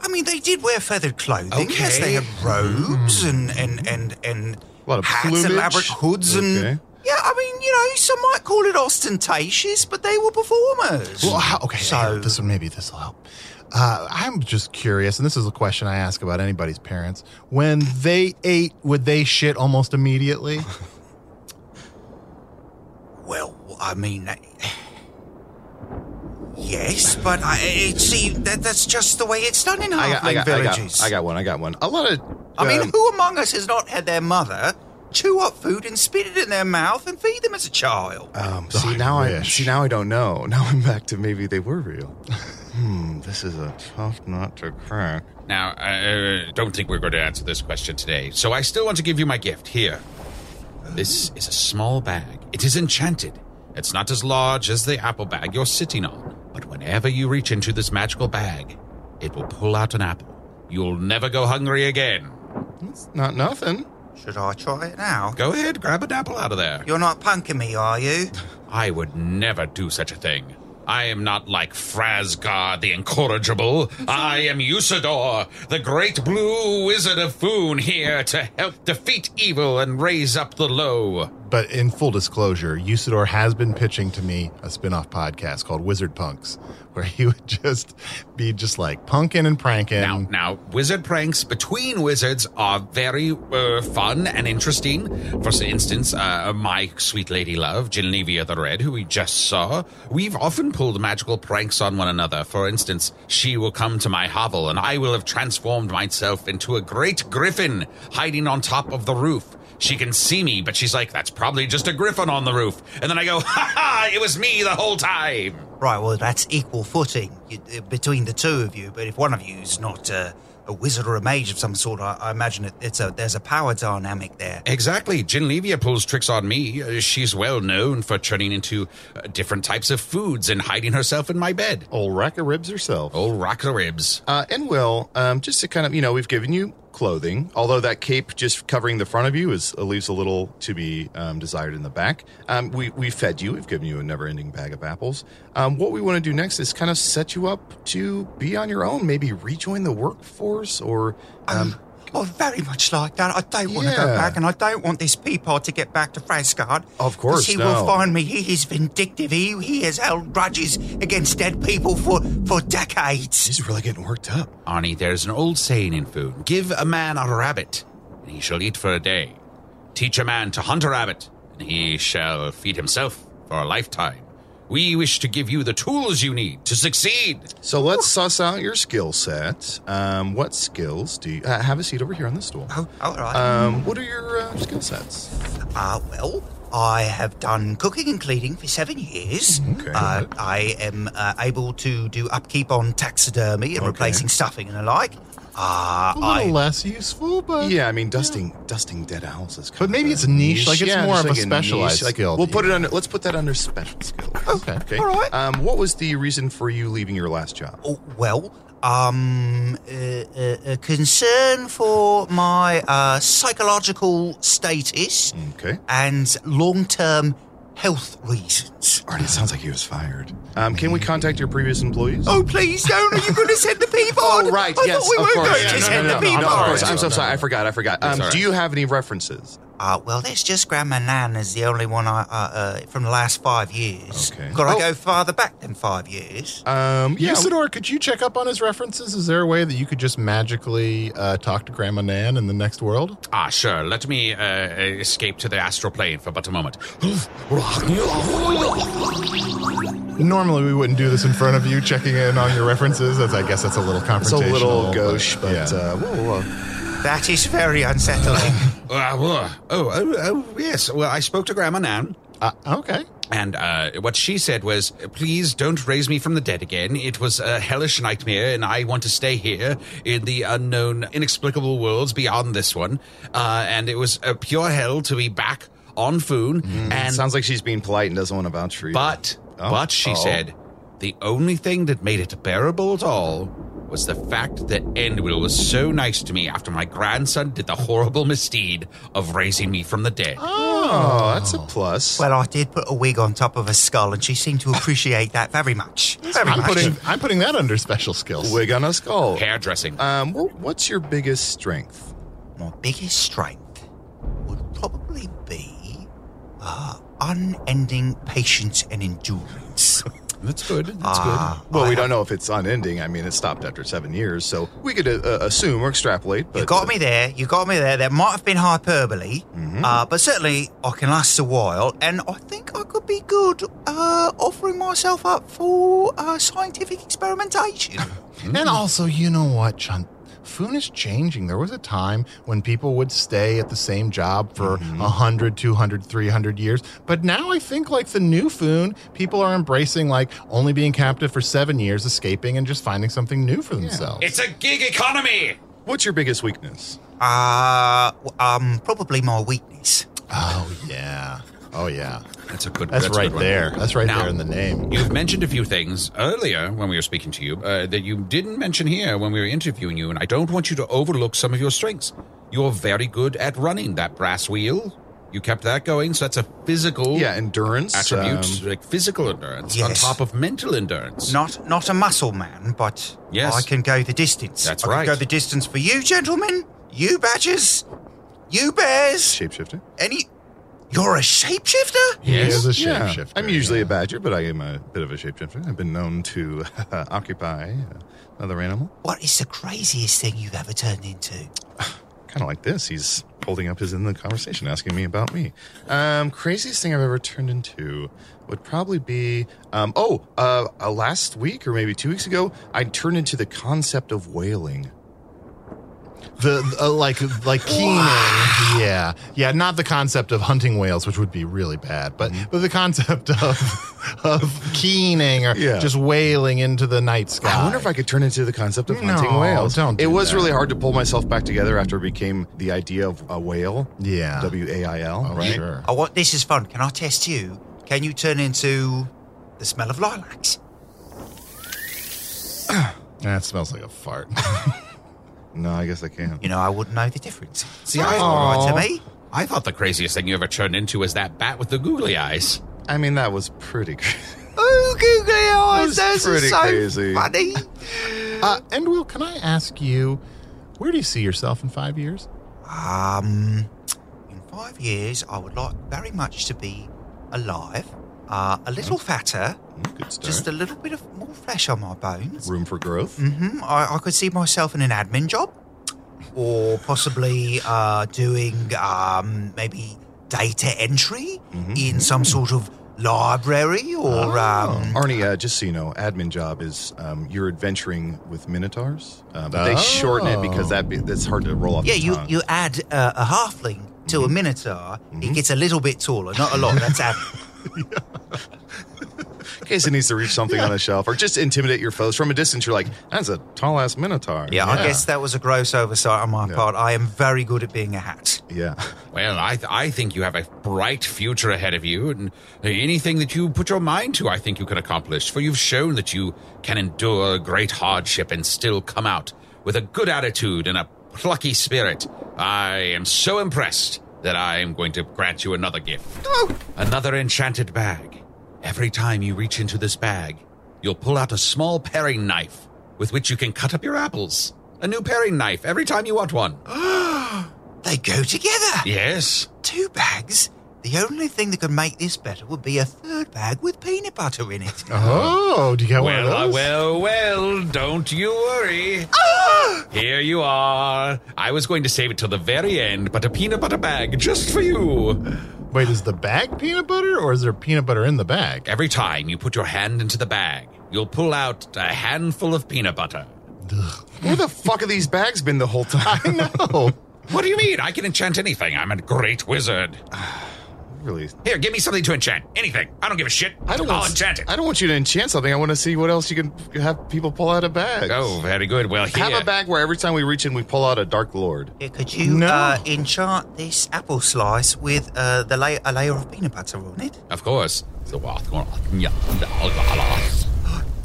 Speaker 6: I mean, they did wear feathered clothing. Yes, they
Speaker 5: Okay.
Speaker 6: had robes and and and and
Speaker 4: Hmm. A lot of
Speaker 6: hats,
Speaker 4: plumage.
Speaker 6: elaborate hoods, and
Speaker 4: Okay.
Speaker 6: yeah. I mean, you know, some might call it ostentatious, but they were performers.
Speaker 3: Well, how, okay,
Speaker 6: So-
Speaker 3: so this one maybe this will help. Uh, I'm just curious, and this is a question I ask about anybody's parents. When they ate, would they shit almost
Speaker 4: <laughs>
Speaker 3: immediately?
Speaker 6: Well, I mean, that- yes, but I it, see that that's just the way it's done in
Speaker 4: I
Speaker 6: halfling
Speaker 4: got, I, got, I,
Speaker 6: villages.
Speaker 4: got, I got one. I got one. A lot of.
Speaker 6: I mean,
Speaker 4: um,
Speaker 6: who among us has not had their mother chew up food and spit it in their mouth and feed them as a child?
Speaker 4: um,
Speaker 3: Oh, I
Speaker 4: see now I
Speaker 3: wish.
Speaker 4: see now I don't know. <laughs> Now I'm back to maybe they were real. hmm, this is a tough nut to crack.
Speaker 5: Now, I uh, don't think we're going to answer this question today, so I still want to give you my gift. Here. This is a small bag. It is enchanted. It's not as large as the apple bag you're sitting on, but whenever you reach into this magical bag, it will pull out an apple. You'll never go hungry again.
Speaker 4: It's not nothing.
Speaker 6: Should I try it now?
Speaker 5: Go ahead, grab an apple out of there.
Speaker 6: You're not punking me, are you?
Speaker 5: I would never do such a thing. I am not like Frasgar the Incorrigible. I am Usador, the great blue wizard of Foon, here to help defeat evil and raise up the low.
Speaker 3: But in full disclosure, Usador has been pitching to me a spin-off podcast called Wizard Punks, where he <laughs> would just be just like punking and pranking.
Speaker 5: Now, now, wizard pranks between wizards are very uh, fun and interesting. For instance, uh, my sweet lady love, Genevieve the Red, who we just saw, we've often pulled magical pranks on one another. For instance, she will come to my hovel and I will have transformed myself into a great griffin hiding on top of the roof. She can see me, but she's like, that's probably just a griffin on the roof. And then I go, ha ha, it was me the whole time.
Speaker 6: Right, well, that's equal footing you, uh, between the two of you. But if one of you is not uh, a wizard or a mage of some sort, I, I imagine it, it's a there's a power dynamic there.
Speaker 5: Exactly. Ginlevia pulls tricks on me. Uh, She's well known for turning into uh, different types of foods and hiding herself in my bed.
Speaker 4: Old rack of ribs herself.
Speaker 5: Oh, rock the ribs.
Speaker 4: Uh, and Will, um, just to kind of, you know, we've given you clothing, although that cape just covering the front of you is uh, leaves a little to be um, desired in the back. Um, we, we fed you, we've given you a never ending bag of apples. Um, what we want to do next is kind of set you up to be on your own, maybe rejoin the workforce or. Um,
Speaker 6: Oh, very much like that. I don't want to go
Speaker 4: Yeah.
Speaker 6: back, and I don't want this peapod to get back to Frascard.
Speaker 4: Of course,
Speaker 6: he
Speaker 4: no.
Speaker 6: will find me. He is vindictive. He, he has held grudges against dead people for, for decades.
Speaker 4: She's really getting worked up.
Speaker 5: Arnie, there's an old saying in food give a man a rabbit, and he shall eat for a day. Teach a man to hunt a rabbit, and he shall feed himself for a lifetime. We wish to give you the tools you need to succeed.
Speaker 4: So let's suss out your skill set. Um, what skills do you uh, have a seat over here on this stool?
Speaker 6: Oh, all right.
Speaker 4: Um, what are your uh, skill sets?
Speaker 6: Ah, well, I have done cooking and cleaning for seven years.
Speaker 4: Mm, Okay.
Speaker 6: Uh, I am uh, able to do upkeep on taxidermy and replacing stuffing and the like. Ah,
Speaker 3: a little
Speaker 6: I
Speaker 3: less useful, but
Speaker 4: Yeah, I mean dusting dusting dead owls is. Kind
Speaker 3: But maybe
Speaker 4: of
Speaker 3: it's niche, like, it's
Speaker 4: yeah,
Speaker 3: more
Speaker 4: just
Speaker 3: of a
Speaker 4: niche,
Speaker 3: specialized skill.
Speaker 4: We'll put it under. Let's put that under special skills.
Speaker 3: Okay.
Speaker 4: Okay.
Speaker 6: All right.
Speaker 4: Um, what was the reason for you leaving your last job?
Speaker 6: Oh, well, um, a, uh uh concern for my uh, psychological status
Speaker 4: Okay.
Speaker 6: and long term health reasons.
Speaker 4: Arnie, it sounds like he was fired. Um, can we contact your previous employees?
Speaker 6: Oh, please don't. Are
Speaker 4: <laughs>
Speaker 6: you going to send the people?
Speaker 4: Oh, right.
Speaker 6: I
Speaker 4: yes,
Speaker 6: thought we
Speaker 4: of
Speaker 6: were
Speaker 4: course.
Speaker 6: going
Speaker 4: Yeah,
Speaker 6: to
Speaker 4: no, no, no,
Speaker 6: send the
Speaker 4: no,
Speaker 6: people.
Speaker 4: No, of course.
Speaker 5: No,
Speaker 4: I'm so
Speaker 5: no,
Speaker 4: sorry.
Speaker 5: no.
Speaker 4: I forgot. I forgot.
Speaker 5: That's
Speaker 4: Um,
Speaker 5: all
Speaker 4: Do
Speaker 5: right.
Speaker 4: you have any references?
Speaker 6: Uh, well, there's just Grandma Nan is the only one I, uh, uh, from the last five years.
Speaker 4: Okay.
Speaker 6: Got to
Speaker 4: Oh.
Speaker 6: go farther back than five years.
Speaker 4: Um, yeah.
Speaker 3: Usador, could you check up on his references? Is there a way that you could just magically uh, talk to Grandma Nan in the next world?
Speaker 4: <gasps>
Speaker 5: Ah, sure. Let me uh, escape to the astral plane for but a moment.
Speaker 3: Normally, we wouldn't do this in front of you, checking in on your references. That's, I guess that's a little confrontational.
Speaker 4: It's a little gauche, but
Speaker 3: yeah.
Speaker 4: uh, whoa, whoa, whoa.
Speaker 6: That is
Speaker 5: <laughs>
Speaker 6: very unsettling.
Speaker 5: Uh, whoa. oh, oh, oh, yes. Well, I spoke to Grandma Nan.
Speaker 3: Uh, okay.
Speaker 5: And uh, what she said was, please don't raise me from the dead again. It was a hellish nightmare, and I want to stay here in the unknown, inexplicable worlds beyond this one. Uh, and it was a pure hell to be back on Foon. and
Speaker 4: Hmm. Sounds like she's being polite and doesn't want to vouch for you.
Speaker 5: but,
Speaker 4: Oh.
Speaker 5: but she
Speaker 4: Oh.
Speaker 5: said, the only thing that made it bearable at all was the fact that Endwill was so nice to me after my grandson did the horrible misdeed of raising me from the dead.
Speaker 4: oh, that's a plus.
Speaker 6: well, I did put a wig on top of a skull, and she seemed to appreciate that very much. Very
Speaker 3: I'm
Speaker 6: much.
Speaker 3: putting I'm putting that under special skills.
Speaker 4: Wig on a skull.
Speaker 5: Hairdressing.
Speaker 4: Um, wh- what's your biggest strength?
Speaker 6: My biggest strength would probably be uh, unending patience
Speaker 3: <laughs>
Speaker 6: and endurance.
Speaker 5: That's good. That's
Speaker 6: Ah,
Speaker 4: Well,
Speaker 6: I
Speaker 4: we
Speaker 6: have-
Speaker 4: don't know if it's unending. I mean, it stopped after seven years, so we could uh, uh, assume or extrapolate. But uh,
Speaker 6: You got me there. You got me there. That might have been hyperbole,
Speaker 3: Mm-hmm.
Speaker 6: uh, but certainly I can last a while, and I think I could be good uh, offering myself up for uh,
Speaker 3: <laughs>
Speaker 6: scientific experimentation.
Speaker 4: Hmm.
Speaker 3: And also, you know what, Chunt? Foon is changing. There was a time when people would stay at the same job for a
Speaker 4: Mm-hmm.
Speaker 3: hundred, two hundred, three hundred 100, 200, 300 years. But now I think, like the new Foon, people are embracing like only being captive for seven years, escaping, and just finding something new for themselves.
Speaker 5: It's a gig economy.
Speaker 4: What's your biggest weakness?
Speaker 6: uh, w- um, probably my weakness.
Speaker 3: oh, yeah. Oh, yeah.
Speaker 5: That's a good.
Speaker 3: That's,
Speaker 5: a
Speaker 3: right
Speaker 5: good one.
Speaker 3: there. That's right
Speaker 5: Now-
Speaker 3: there in the name.
Speaker 5: You've mentioned a few things earlier when we were speaking to you uh, that you didn't mention here when we were interviewing you, and I don't want you to overlook some of your strengths. You're very good at running that brass wheel. You kept that going, so that's a physical
Speaker 4: Yeah, endurance.
Speaker 5: attribute,
Speaker 4: um,
Speaker 5: like physical endurance on
Speaker 11: Yes.
Speaker 5: top of mental endurance.
Speaker 11: Not not a muscle man, but
Speaker 5: Yes.
Speaker 11: I can go the distance.
Speaker 5: That's
Speaker 11: I can
Speaker 5: right.
Speaker 11: go the distance for you, gentlemen, you badgers, you bears,
Speaker 4: shapeshifter.
Speaker 11: any. You're a shapeshifter?
Speaker 3: He is a
Speaker 4: Yeah.
Speaker 3: shapeshifter.
Speaker 4: I'm usually
Speaker 3: yeah.
Speaker 4: a badger, but I am a bit of a shapeshifter. I've been known to <laughs> occupy uh, another animal.
Speaker 6: What is the craziest thing you've ever
Speaker 4: <sighs>
Speaker 6: turned into?
Speaker 4: Kind of like this. He's holding up his end of the conversation, asking me about me. Um, craziest thing I've ever turned into would probably be um, oh, uh, uh, last week or maybe two weeks ago, I turned into the concept of whaling.
Speaker 3: the uh, like like keening. Yeah, yeah. Not the concept of hunting whales, which would be really bad, but
Speaker 4: Mm-hmm.
Speaker 3: but the concept of of keening or
Speaker 4: Yeah.
Speaker 3: just whaling into the night sky.
Speaker 4: I wonder if I could turn into the concept of hunting
Speaker 3: No,
Speaker 4: whales.
Speaker 3: don't do
Speaker 4: it was
Speaker 3: that.
Speaker 4: really hard to pull myself back together after it became the idea of a whale.
Speaker 3: Yeah.
Speaker 4: W A I L.
Speaker 3: Oh,
Speaker 4: right?
Speaker 3: sure.
Speaker 6: Oh, what? This is fun. Can I test you? Can you turn into the smell of lilacs?
Speaker 3: That smells like a fart.
Speaker 4: <laughs> No, I guess I can.
Speaker 6: You know, I wouldn't know the difference.
Speaker 5: See,
Speaker 6: That's
Speaker 5: I-
Speaker 6: all right to me.
Speaker 5: I thought the craziest thing you ever turned into was that bat with the googly eyes.
Speaker 4: I mean, that was pretty crazy.
Speaker 11: Oh,
Speaker 6: Ooh, googly
Speaker 3: Oh,
Speaker 6: eyes.
Speaker 4: That was
Speaker 6: Those are
Speaker 4: pretty
Speaker 6: so
Speaker 4: crazy. <laughs>
Speaker 6: funny.
Speaker 3: uh, and Will, can I ask you, where do you see yourself in five years?
Speaker 6: Um, in five years, I would like very much to be alive, uh, a little fatter,
Speaker 4: Mm, Good start.
Speaker 6: just a little bit of more flesh on my bones.
Speaker 4: Room for growth.
Speaker 6: hmm I, I could see myself in an admin job, or possibly uh, doing um, maybe data entry
Speaker 4: Mm-hmm.
Speaker 6: in some sort of library or.
Speaker 3: Oh.
Speaker 6: Um,
Speaker 4: Arnie, uh, just so you know, admin job is um, you're adventuring with minotaurs. Uh, but They shorten it because that be, that's hard to roll off.
Speaker 6: yeah,
Speaker 4: the
Speaker 6: you,
Speaker 4: tongue.
Speaker 6: you add uh, a halfling to
Speaker 4: Mm-hmm.
Speaker 6: a minotaur, it gets a little bit taller, not a lot. That's
Speaker 4: <laughs>
Speaker 6: admin.
Speaker 4: in case it needs to reach something on a shelf or just intimidate your foes from a distance. You're like, that's a tall ass minotaur.
Speaker 6: Yeah, I guess that was a gross oversight on my part. I am very good at being
Speaker 4: <gasps>
Speaker 6: a hat. <gasps>
Speaker 4: yeah.
Speaker 5: Well, I, th- I think you have a bright future ahead of you, and anything that you put your mind to, I think you can accomplish, for you've shown that you can endure great hardship and still come out with a good attitude and a plucky spirit. I am so impressed that I am going to grant you another gift.
Speaker 6: Oh.
Speaker 5: Another enchanted bag. Every time you reach into this bag, you'll pull out a small paring knife with which you can cut up your apples. A new paring knife every time you want one.
Speaker 6: They go together.
Speaker 5: Yes.
Speaker 6: Two bags. The only thing that could make this better would be a third bag with peanut butter in it.
Speaker 3: Oh, do you get one
Speaker 5: Well, uh,
Speaker 3: of those?
Speaker 5: well, well, don't you worry.
Speaker 6: Ah!
Speaker 5: Here you are. I was going to save it till the very end, but a peanut butter bag just for you.
Speaker 3: Wait, is the bag peanut butter or is there peanut butter in the bag?
Speaker 5: Every time you put your hand into the bag, you'll pull out a handful of peanut butter.
Speaker 4: Where the fuck have these bags been the whole time?
Speaker 3: <laughs>
Speaker 4: I know.
Speaker 5: What do you mean? I can enchant anything. I'm a great wizard.
Speaker 4: really.
Speaker 5: Here, give me something to enchant. Anything. I don't give a shit.
Speaker 4: I don't
Speaker 5: I'll
Speaker 4: want,
Speaker 5: enchant it.
Speaker 4: I don't want you to enchant something. I want to see what else you can have people pull out of bags.
Speaker 5: Oh, very good. Well, here.
Speaker 4: Have a bag where every time we reach in, we pull out a Dark Lord.
Speaker 6: Yeah, could you
Speaker 3: No.
Speaker 6: uh, enchant this apple slice with uh, the la- a layer of peanut butter on it?
Speaker 5: Of course.
Speaker 6: It's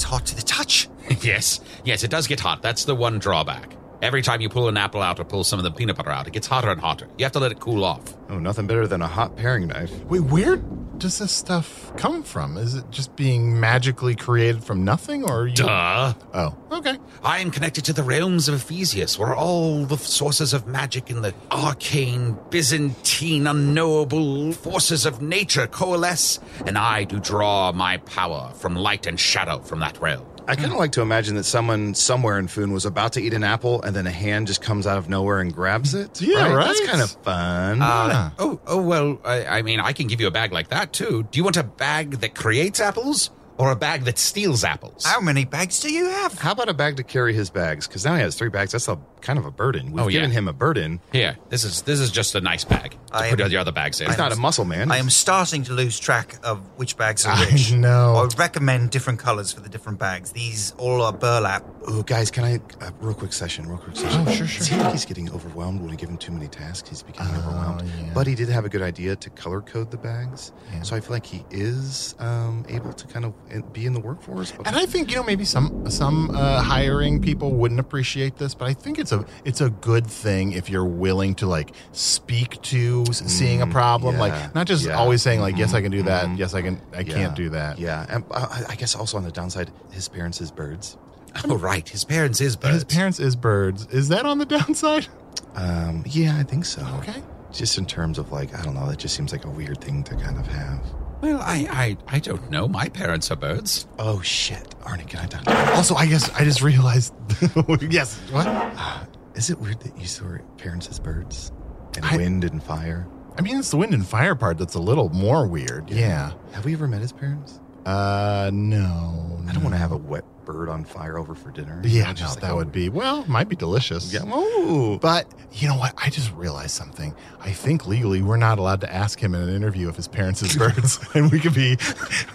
Speaker 6: hot to the touch.
Speaker 5: <laughs> Yes, yes, it does get hot. That's the one drawback. Every time you pull an apple out or pull some of the peanut butter out, it gets hotter and hotter. You have to let it cool off.
Speaker 4: Oh, nothing better than a hot paring knife.
Speaker 3: Wait, where does this stuff come from? Is it just being magically created from nothing, or you?
Speaker 5: Duh.
Speaker 3: Oh, okay.
Speaker 5: I am connected to the realms of Ephesius, where all the sources of magic and the arcane, Byzantine, unknowable forces of nature coalesce, and I do draw my power from light and shadow from that realm.
Speaker 4: I kind of like to imagine that someone somewhere in Foon was about to eat an apple, and then a hand just comes out of nowhere and grabs it.
Speaker 3: Yeah, right?
Speaker 4: That's kind of fun.
Speaker 6: Uh,
Speaker 3: Yeah.
Speaker 4: Ah.
Speaker 5: Oh, oh well. I, I mean, I can give you a bag like that too. Do you want a bag that creates apples or a bag that steals apples?
Speaker 6: How many bags do you have?
Speaker 4: How about a bag to carry his bags? Because now he has three bags. That's a kind of a burden. We've
Speaker 5: Oh, yeah.
Speaker 4: given him a burden.
Speaker 5: Here, this is this is just a nice bag to
Speaker 6: I
Speaker 5: put
Speaker 6: am-
Speaker 5: the other bags in.
Speaker 4: He's not a muscle man.
Speaker 6: I am starting to lose track of which bags are which.
Speaker 3: know.
Speaker 6: I recommend different colors for the different bags. These all are burlap.
Speaker 4: Oh, guys, can I uh, real quick session? Real quick session. Oh, sure, sure. See, he's getting overwhelmed when we give him too many tasks. He's
Speaker 3: Oh,
Speaker 4: becoming overwhelmed. But he did have a good idea to color code the bags, so I feel like he is um, able to kind of in- be in the workforce.
Speaker 3: And I think you know maybe some some uh, hiring people wouldn't appreciate this, but I think it's a it's a good thing if you're willing to like speak to s- seeing a problem,
Speaker 4: Mm, yeah,
Speaker 3: like not just
Speaker 4: yeah.
Speaker 3: always saying like yes I can do that,
Speaker 4: Mhm,
Speaker 3: yes I can I
Speaker 4: Yeah.
Speaker 3: can't do that.
Speaker 4: Yeah, and uh, I- I guess also on the downside, his parents is birds.
Speaker 5: <laughs> Oh, right. His parents is
Speaker 3: But
Speaker 5: birds.
Speaker 3: his parents is birds. Is that on the downside?
Speaker 4: Um, yeah, I think so.
Speaker 3: Okay.
Speaker 4: Just in terms of like, I don't know, that just seems like a weird thing to kind of have.
Speaker 5: Well, I, I, I don't know. My parents are birds.
Speaker 4: Oh shit, Arnie, can I talk? To
Speaker 3: Also, I guess I just realized. <laughs> yes. What?
Speaker 4: you? Uh, Is it weird that you saw your parents as birds and
Speaker 3: I-
Speaker 4: wind and fire?
Speaker 3: I mean, it's the wind and fire part that's a little more weird. Yeah.
Speaker 4: Have we ever met his parents?
Speaker 3: Uh, no.
Speaker 4: I don't want to have a wet bird on fire over for dinner.
Speaker 3: Yeah,
Speaker 4: I'm
Speaker 3: no,
Speaker 4: just like,
Speaker 3: that
Speaker 4: oh,
Speaker 3: would be well, might be delicious.
Speaker 4: Yeah. Ooh.
Speaker 3: But you know what? I just realized something. I think legally we're not allowed to ask him in an interview if his parents is birds, <laughs> and we could be,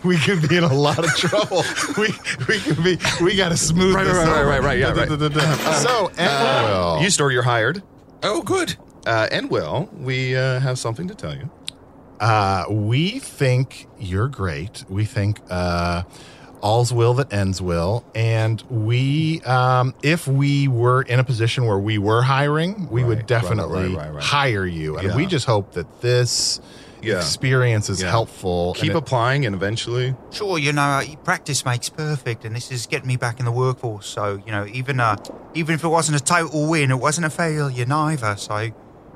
Speaker 3: we could be in a lot of trouble. we we could be we got to smooth
Speaker 4: Right,
Speaker 3: this
Speaker 4: right, right,
Speaker 3: over.
Speaker 4: right, right, yeah,
Speaker 3: <laughs>
Speaker 4: right. <laughs> Uh,
Speaker 3: So Enwell,
Speaker 4: You store, you're hired.
Speaker 5: Oh, good.
Speaker 4: Uh, and well, we uh, have something to tell you.
Speaker 3: uh, we think you're great. We think uh, all's will that ends will. And we, um, if we were in a position where we were hiring, we
Speaker 4: Right,
Speaker 3: would
Speaker 4: right, right,
Speaker 3: definitely
Speaker 4: right, right, right.
Speaker 3: hire you. And
Speaker 4: Yeah.
Speaker 3: we just hope that this
Speaker 4: Yeah.
Speaker 3: experience is
Speaker 4: Yeah.
Speaker 3: helpful.
Speaker 4: Keep
Speaker 3: and it-
Speaker 4: applying, and eventually,
Speaker 6: Sure, you know, uh, practice makes perfect, and this is getting me back in the workforce. So, you know, even uh, even if it wasn't a total win, it wasn't a failure neither. So,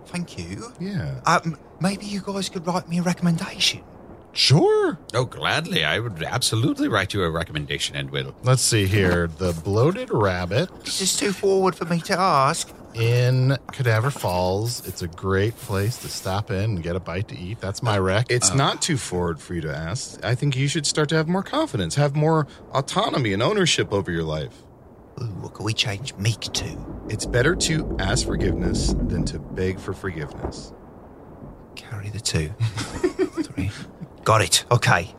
Speaker 6: thank you.
Speaker 4: yeah.
Speaker 6: Um, maybe you guys could write me a recommendation.
Speaker 3: sure.
Speaker 5: Oh, gladly. I would absolutely write you a recommendation, and will.
Speaker 3: Let's see here. The bloated rabbit
Speaker 6: This is too forward for me to ask.
Speaker 3: in Cadaver Falls. It's a great place to stop in and get a bite to eat. That's my rec.
Speaker 4: It's
Speaker 6: Oh.
Speaker 4: not too forward for you to ask. I think you should start to have more confidence, have more autonomy and ownership over your life.
Speaker 6: Ooh, what could we change meek to?
Speaker 4: It's better to ask forgiveness than to beg for forgiveness.
Speaker 6: Carry the two. Three. Got it. Okay.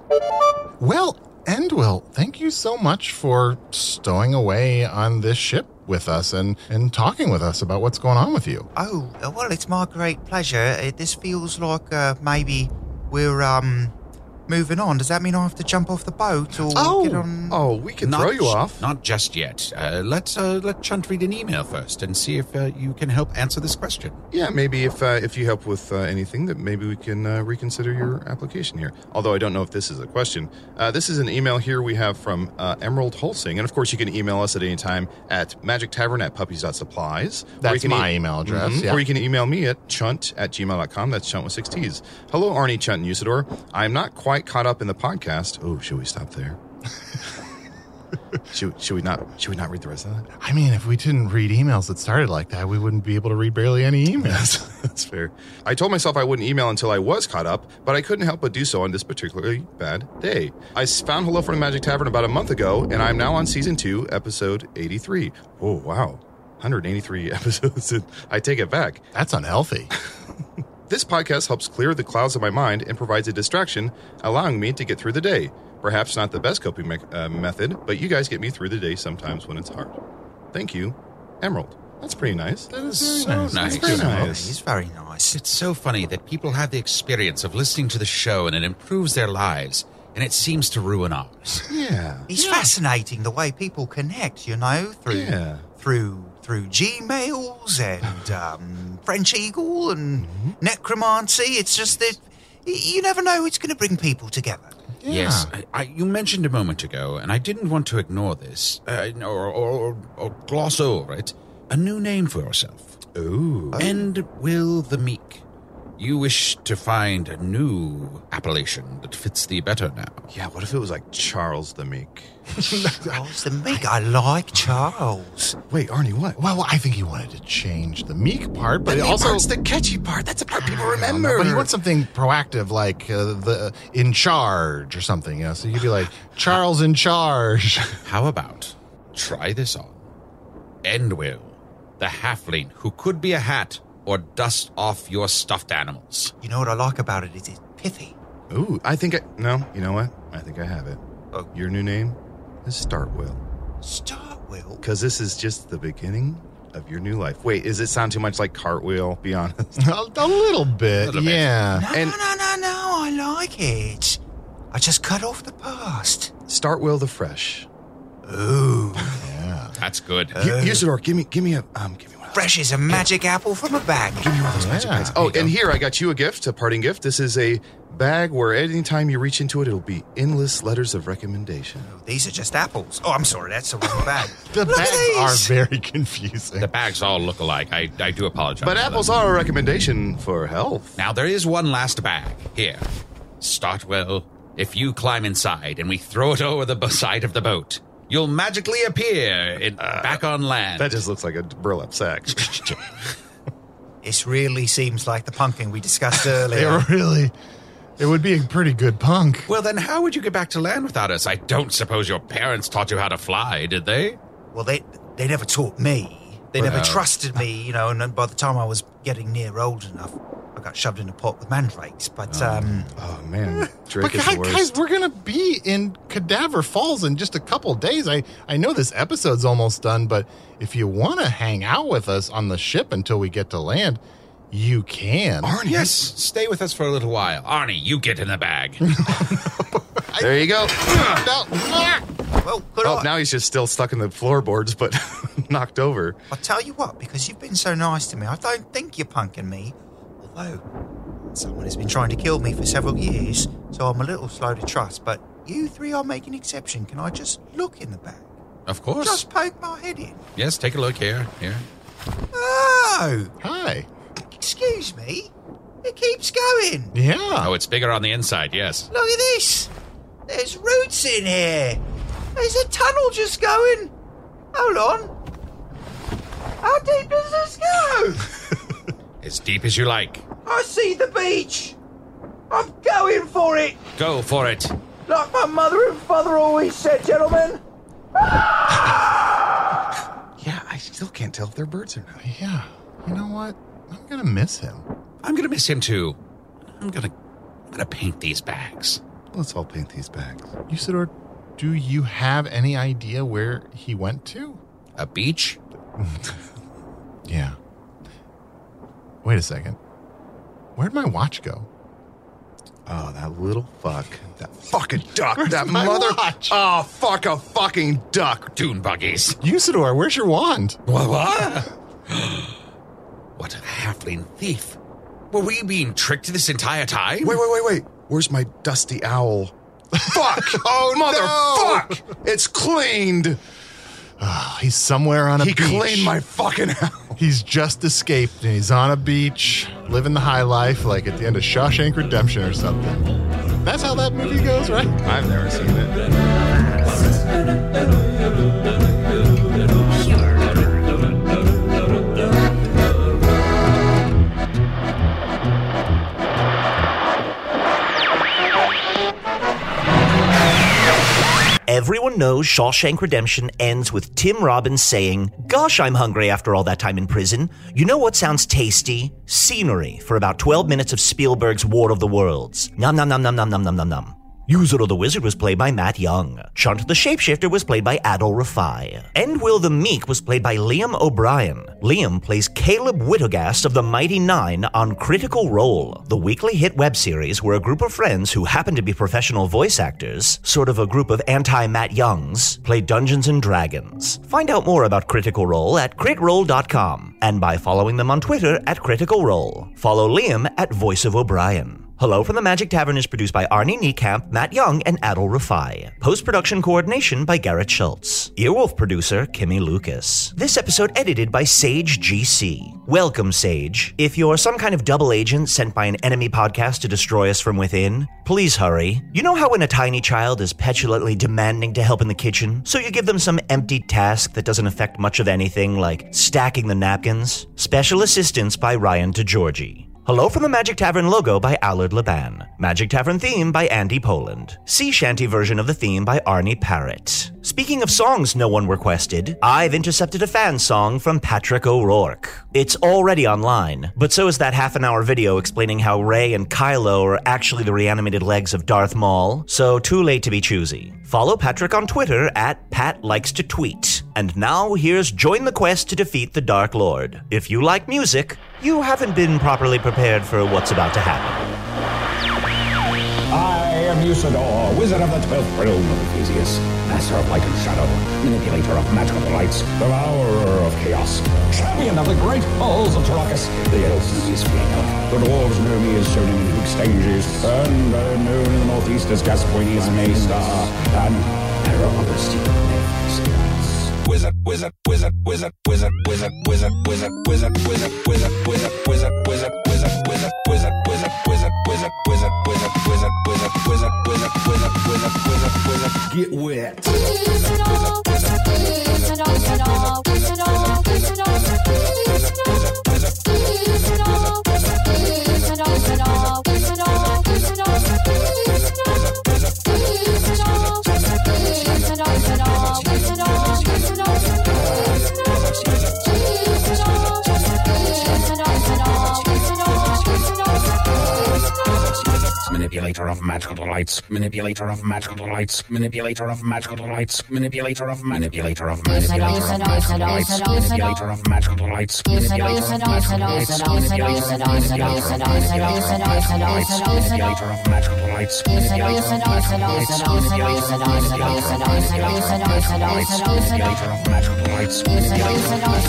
Speaker 3: Well, Endwill, thank you so much for stowing away on this ship with us and, and talking with us about what's going on with you.
Speaker 6: Oh, uh, well, it's my great pleasure. It, this feels like uh, maybe we're um moving on. Does that mean I have to jump off the boat or get on?
Speaker 4: oh, we can
Speaker 5: Not
Speaker 4: throw you
Speaker 5: j-
Speaker 4: off.
Speaker 5: Not just yet. Uh, let's uh, let Chunt read an email first and see if uh, you can help answer this question.
Speaker 4: yeah, maybe if uh, if you help with uh, anything, that maybe we can uh, reconsider your application here. Although I don't know if this is a question. Uh, this is an email here we have from uh, Emerald Holsing, and of course you can email us at any time at Magic Tavern at puppies.supplies. Or you
Speaker 3: That's
Speaker 4: can
Speaker 3: my email address.
Speaker 4: Mhm.
Speaker 3: Yeah.
Speaker 4: Or you can email me at chunt at gmail.com. That's chunt with six T's. Hello, Arnie, Chunt, and Usador. I am not quite caught up in the podcast. Oh, should we stop
Speaker 3: <laughs>
Speaker 4: there? should, should we not should we not read the rest of that?
Speaker 3: I mean, if we didn't read emails that started like that, we wouldn't be able to read barely any emails.
Speaker 4: <laughs> That's fair. I told myself I wouldn't email until I was caught up, but I couldn't help but do so on this particularly bad day. I s- found Hello from the Magic Tavern about a month ago, and I'm now on season two, episode 83. Oh, wow. 183 <laughs> episodes. in. I take it back.
Speaker 3: That's unhealthy.
Speaker 4: <laughs>
Speaker 3: <laughs>
Speaker 4: This podcast helps clear the clouds of my mind and provides a distraction, allowing me to get through the day. Perhaps not the best coping me- uh, method, but you guys get me through the day sometimes when it's hard. Thank you, Emerald. That's pretty nice. That is
Speaker 3: very nice.
Speaker 5: Nice.
Speaker 4: That's very
Speaker 3: Nice.
Speaker 4: nice.
Speaker 6: It's very nice.
Speaker 5: It's so funny that people have the experience of listening to the show and it improves their lives, and it seems to ruin
Speaker 4: <laughs>
Speaker 5: ours.
Speaker 4: Yeah.
Speaker 6: It's fascinating the way people connect, you know, through
Speaker 4: Yeah.
Speaker 6: through through
Speaker 3: <sighs>
Speaker 6: Gmails and um, French Eagle and
Speaker 3: Mm-hmm.
Speaker 6: necromancy. It's just that y- you never know it's going to bring people together.
Speaker 5: Yes, I, I, you mentioned a moment ago, and I didn't want to ignore this uh, or, or, or gloss over it. A new name for yourself.
Speaker 4: Ooh.
Speaker 5: And Will the Meek. You wish to find a new appellation that fits thee better now.
Speaker 4: Yeah, what if it was like Charles the Meek?
Speaker 6: <laughs>
Speaker 3: <laughs>
Speaker 6: Charles the Meg, I like Charles.
Speaker 4: Wait, Arnie, what?
Speaker 3: Well, I think he wanted to change the meek part, but
Speaker 4: But
Speaker 3: it also.
Speaker 4: part's the catchy part. That's the part people
Speaker 3: I don't know,
Speaker 4: remember.
Speaker 3: But he wants something proactive, like uh, the in charge or something. You know? So you could be like Charles in charge. <laughs>
Speaker 5: How about try this on? Endwill, the halfling who could be a hat or dust off your stuffed animals.
Speaker 6: You know what I like about it is it's pithy.
Speaker 4: Ooh, I think I. No, you know what? I think I have it.
Speaker 6: Oh.
Speaker 4: Your new name is Startwill.
Speaker 6: Start will.
Speaker 4: Because this is just the beginning of your new life. Wait, is it sound too much like Cartwheel? Be honest.
Speaker 3: a, a little bit,
Speaker 5: Little bit.
Speaker 3: yeah.
Speaker 6: No,
Speaker 4: and-
Speaker 6: no, no, no, I like it. I just cut off the past.
Speaker 4: Startwill the Fresh.
Speaker 6: Ooh.
Speaker 5: <laughs> That's good.
Speaker 4: Uh, U- Usador, give me, give me a, um, give me one of
Speaker 6: Fresh as a magic apple from a bag. Give me one of those magic
Speaker 4: Nice. Oh, and here I got you a gift, a parting gift. This is a bag where anytime you reach into it, it'll be endless letters of recommendation.
Speaker 6: Oh, These are just apples. Oh, I'm sorry, that's the
Speaker 4: <laughs>
Speaker 6: wrong bag.
Speaker 3: The
Speaker 6: Look at
Speaker 3: bags
Speaker 6: these.
Speaker 3: are very confusing.
Speaker 5: <laughs> The bags all look alike. I, I do apologize.
Speaker 4: But
Speaker 5: for that.
Speaker 4: apples are a recommendation for <laughs> health.
Speaker 5: Now, there is one last bag. Here. Startwell, if you climb inside and we throw it over the b- side of the boat, you'll magically appear in, back on land.
Speaker 4: Uh, That just looks like a burlap sack.
Speaker 6: This really seems like the pumpkin
Speaker 3: <laughs>
Speaker 6: we discussed earlier.
Speaker 3: It really, it would be a pretty good punk.
Speaker 5: well, then how would you get back to land <laughs> without us? I don't suppose your parents taught you how to fly, did they?
Speaker 6: Well, they they never taught me. They never trusted
Speaker 4: <laughs>
Speaker 6: me, you know. And then by the time I was getting near old enough, I got shoved in a pot with mandrakes. But um,
Speaker 4: oh,
Speaker 6: <laughs>
Speaker 4: man. Drake
Speaker 3: But
Speaker 4: is
Speaker 3: guys,
Speaker 4: the worst.
Speaker 3: guys, we're gonna be in Cadaver Falls in just a couple days. I I know this episode's almost done, but if you want to hang out with us on the ship until we get to land, you can.
Speaker 4: Arnie.
Speaker 5: Yes, stay with us for a little while. Arnie, you get in the bag.
Speaker 4: <laughs> There you go.
Speaker 3: No, ah!
Speaker 6: well, could
Speaker 4: Oh,
Speaker 6: I,
Speaker 4: now he's just still stuck in the floorboards, but <laughs> knocked over.
Speaker 6: I'll tell you what, because you've been so nice to me, I don't think you're punking me. Although someone has been trying to kill me for several years, so I'm a little slow to trust. But you three are making exception. Can I just look in the bag?
Speaker 5: of course.
Speaker 6: Just poke my head in.
Speaker 5: Yes, take a look here. Here.
Speaker 6: Oh,
Speaker 3: Hi.
Speaker 6: excuse me. It keeps going.
Speaker 3: Yeah.
Speaker 5: Oh, it's bigger on the inside, yes.
Speaker 6: Look at this. There's roots in here. There's a tunnel just going. Hold on. How deep does this go?
Speaker 5: As deep as you like.
Speaker 6: I see the beach. I'm going for it.
Speaker 5: Go for it.
Speaker 6: Like my mother and father always said, gentlemen.
Speaker 4: Yeah, I still can't tell if they're birds or not.
Speaker 3: Yeah. You know what? I'm gonna miss him.
Speaker 5: I'm gonna miss him too. I'm gonna I'm gonna paint these bags.
Speaker 4: Let's all paint these bags.
Speaker 3: Usador, do you have any idea where he went to?
Speaker 5: A beach?
Speaker 3: <laughs> Yeah. Wait a second. Where'd my watch go?
Speaker 4: Oh, that little fuck. That fucking duck.
Speaker 3: Where's
Speaker 4: that
Speaker 3: my
Speaker 4: mother.
Speaker 3: watch?
Speaker 4: Oh, fuck a fucking duck.
Speaker 5: Dune buggies.
Speaker 3: Usador, where's your wand?
Speaker 5: What? What, what a halfling thief. Were we being tricked this entire
Speaker 3: <laughs>
Speaker 5: time?
Speaker 4: Wait, wait, wait, wait. Where's my dusty owl? Fuck! oh, motherfuck! It's cleaned.
Speaker 3: Oh, <sighs> he's somewhere on a
Speaker 4: He
Speaker 3: beach.
Speaker 4: cleaned my fucking <laughs> owl.
Speaker 3: He's just escaped and he's on a beach, living the high life, like at the end of Shawshank Redemption or something. That's how that movie goes, right?
Speaker 4: I've never seen it.
Speaker 2: Everyone knows Shawshank Redemption ends with Tim Robbins saying, Gosh, I'm hungry after all that time in prison. You know what sounds tasty? Scenery for about 12 minutes of Spielberg's War of the Worlds. Nom nom nom nom nom nom nom nom nom. Yuzuru the Wizard was played by Matt Young. Chunt the Shapeshifter was played by Adol Rafai. And Will the Meek was played by Liam O'Brien. Liam plays Caleb Wittogast of the Mighty Nine on Critical Role, the weekly hit web series where a group of friends who happen to be professional voice actors, sort of a group of anti Matt Youngs, play Dungeons and Dragons. Find out more about Critical Role at critroll.com and by following them on Twitter at Critical Role. Follow Liam at Voice of O'Brien. Hello from the Magic Tavern is produced by Arnie Niekamp, Matt Young, and Adol Rafai. Post production coordination by Garrett Schultz. Earwolf producer Kimmy Lucas. This episode edited by Sage GC. Welcome, Sage. If you're some kind of double agent sent by an enemy podcast to destroy us from within, please hurry. You know how when a tiny child is petulantly demanding to help in the kitchen, so you give them some empty task that doesn't affect much of anything, like stacking the napkins? Special assistance by Ryan DeGiorgi. Hello from the Magic Tavern logo by Allard Laban. Magic Tavern theme by Andy Poland. Sea shanty version of the theme by Arnie Parrott. Speaking of songs no one requested, I've intercepted a fan song from Patrick O'Rourke. It's already online, but so is that half an hour video explaining how Rey and Kylo are actually the reanimated legs of Darth Maul, so too late to be choosy. Follow Patrick on Twitter at Pat Likes to Tweet. And now here's Join the Quest to Defeat the Dark Lord. If you like music, you haven't been properly prepared for what's about to happen.
Speaker 12: I of Musador, wizard of the twelfth realm of Ephesius, master of light and shadow, manipulator of magical lights, devourer of chaos, champion of the great halls of Tarakas, the elves is Fiona, the dwarves know me as shown in exchanges, and better known in the northeast as Gascoigne's Maystar, and Hera of the Steel Maidens. Wizard, wizard, wizard, wizard, wizard, wizard, wizard, wizard, wizard, wizard, wizard, wizard, wizard, wizard, wizard, wizard, wizard, wizard, wizard, wizard, wizard, wizard, wizard, wizard, wizard, wizard, wizard, wizard, wizard, wizard, get wet. Manipulator of magical lights, manipulator of magical lights, manipulator of magical lights, manipulator of manipulator of manipulator of magical lights, manipulator of magical lights, manipulator of magical lights, manipulator of manipulator of magical lights, manipulator of magical lights, manipulator of magical lights, manipulator of magical lights,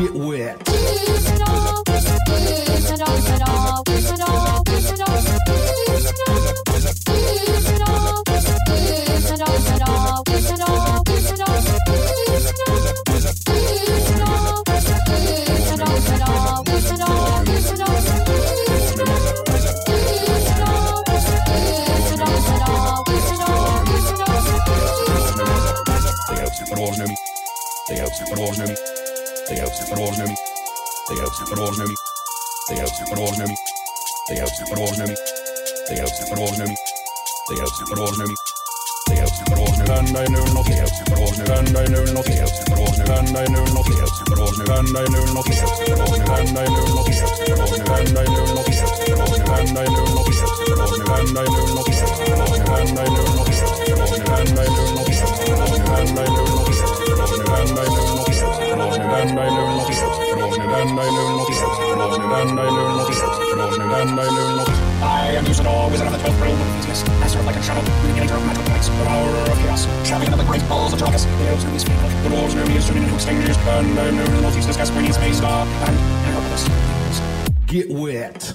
Speaker 12: Get wet. The elves and dwarves know me. The elves and dwarves know me. The elves and dwarves know me. The elves and dwarves know me. The elves and dwarves know me. The elves and dwarves know me. The elves and dwarves know me. The elves and dwarves know me. The elves and dwarves know me. And I know not the elves and dwarves know. And I know not the elves and dwarves know. And I know not the elves and dwarves know. And I know not the elves and dwarves know. And I know not the elves and dwarves know. And I know not the elves and dwarves know. And I know not the elves and dwarves know. And I know not the elves and dwarves know. And I know not the elves and dwarves know. And I know not the elves and dwarves know. And I know not the elves and dwarves know. And I know not the elves and dwarves know. And I know not the elves and dwarves know. And I know not the elves and dwarves know. And I know not the elves and dwarves know. And I know not. I am Usador, wizard of the twelfth realm of Theseus, master of light and shadow, manipulator of magical lights, devourer of chaos, champion of the great balls of Tarkus, the elves know me as Fiona, the dwarves know me as Junin who extinguished, and I am known in the northeast as Gascoigne's Maystar, and Hera of the Steel Maidens. Get wet.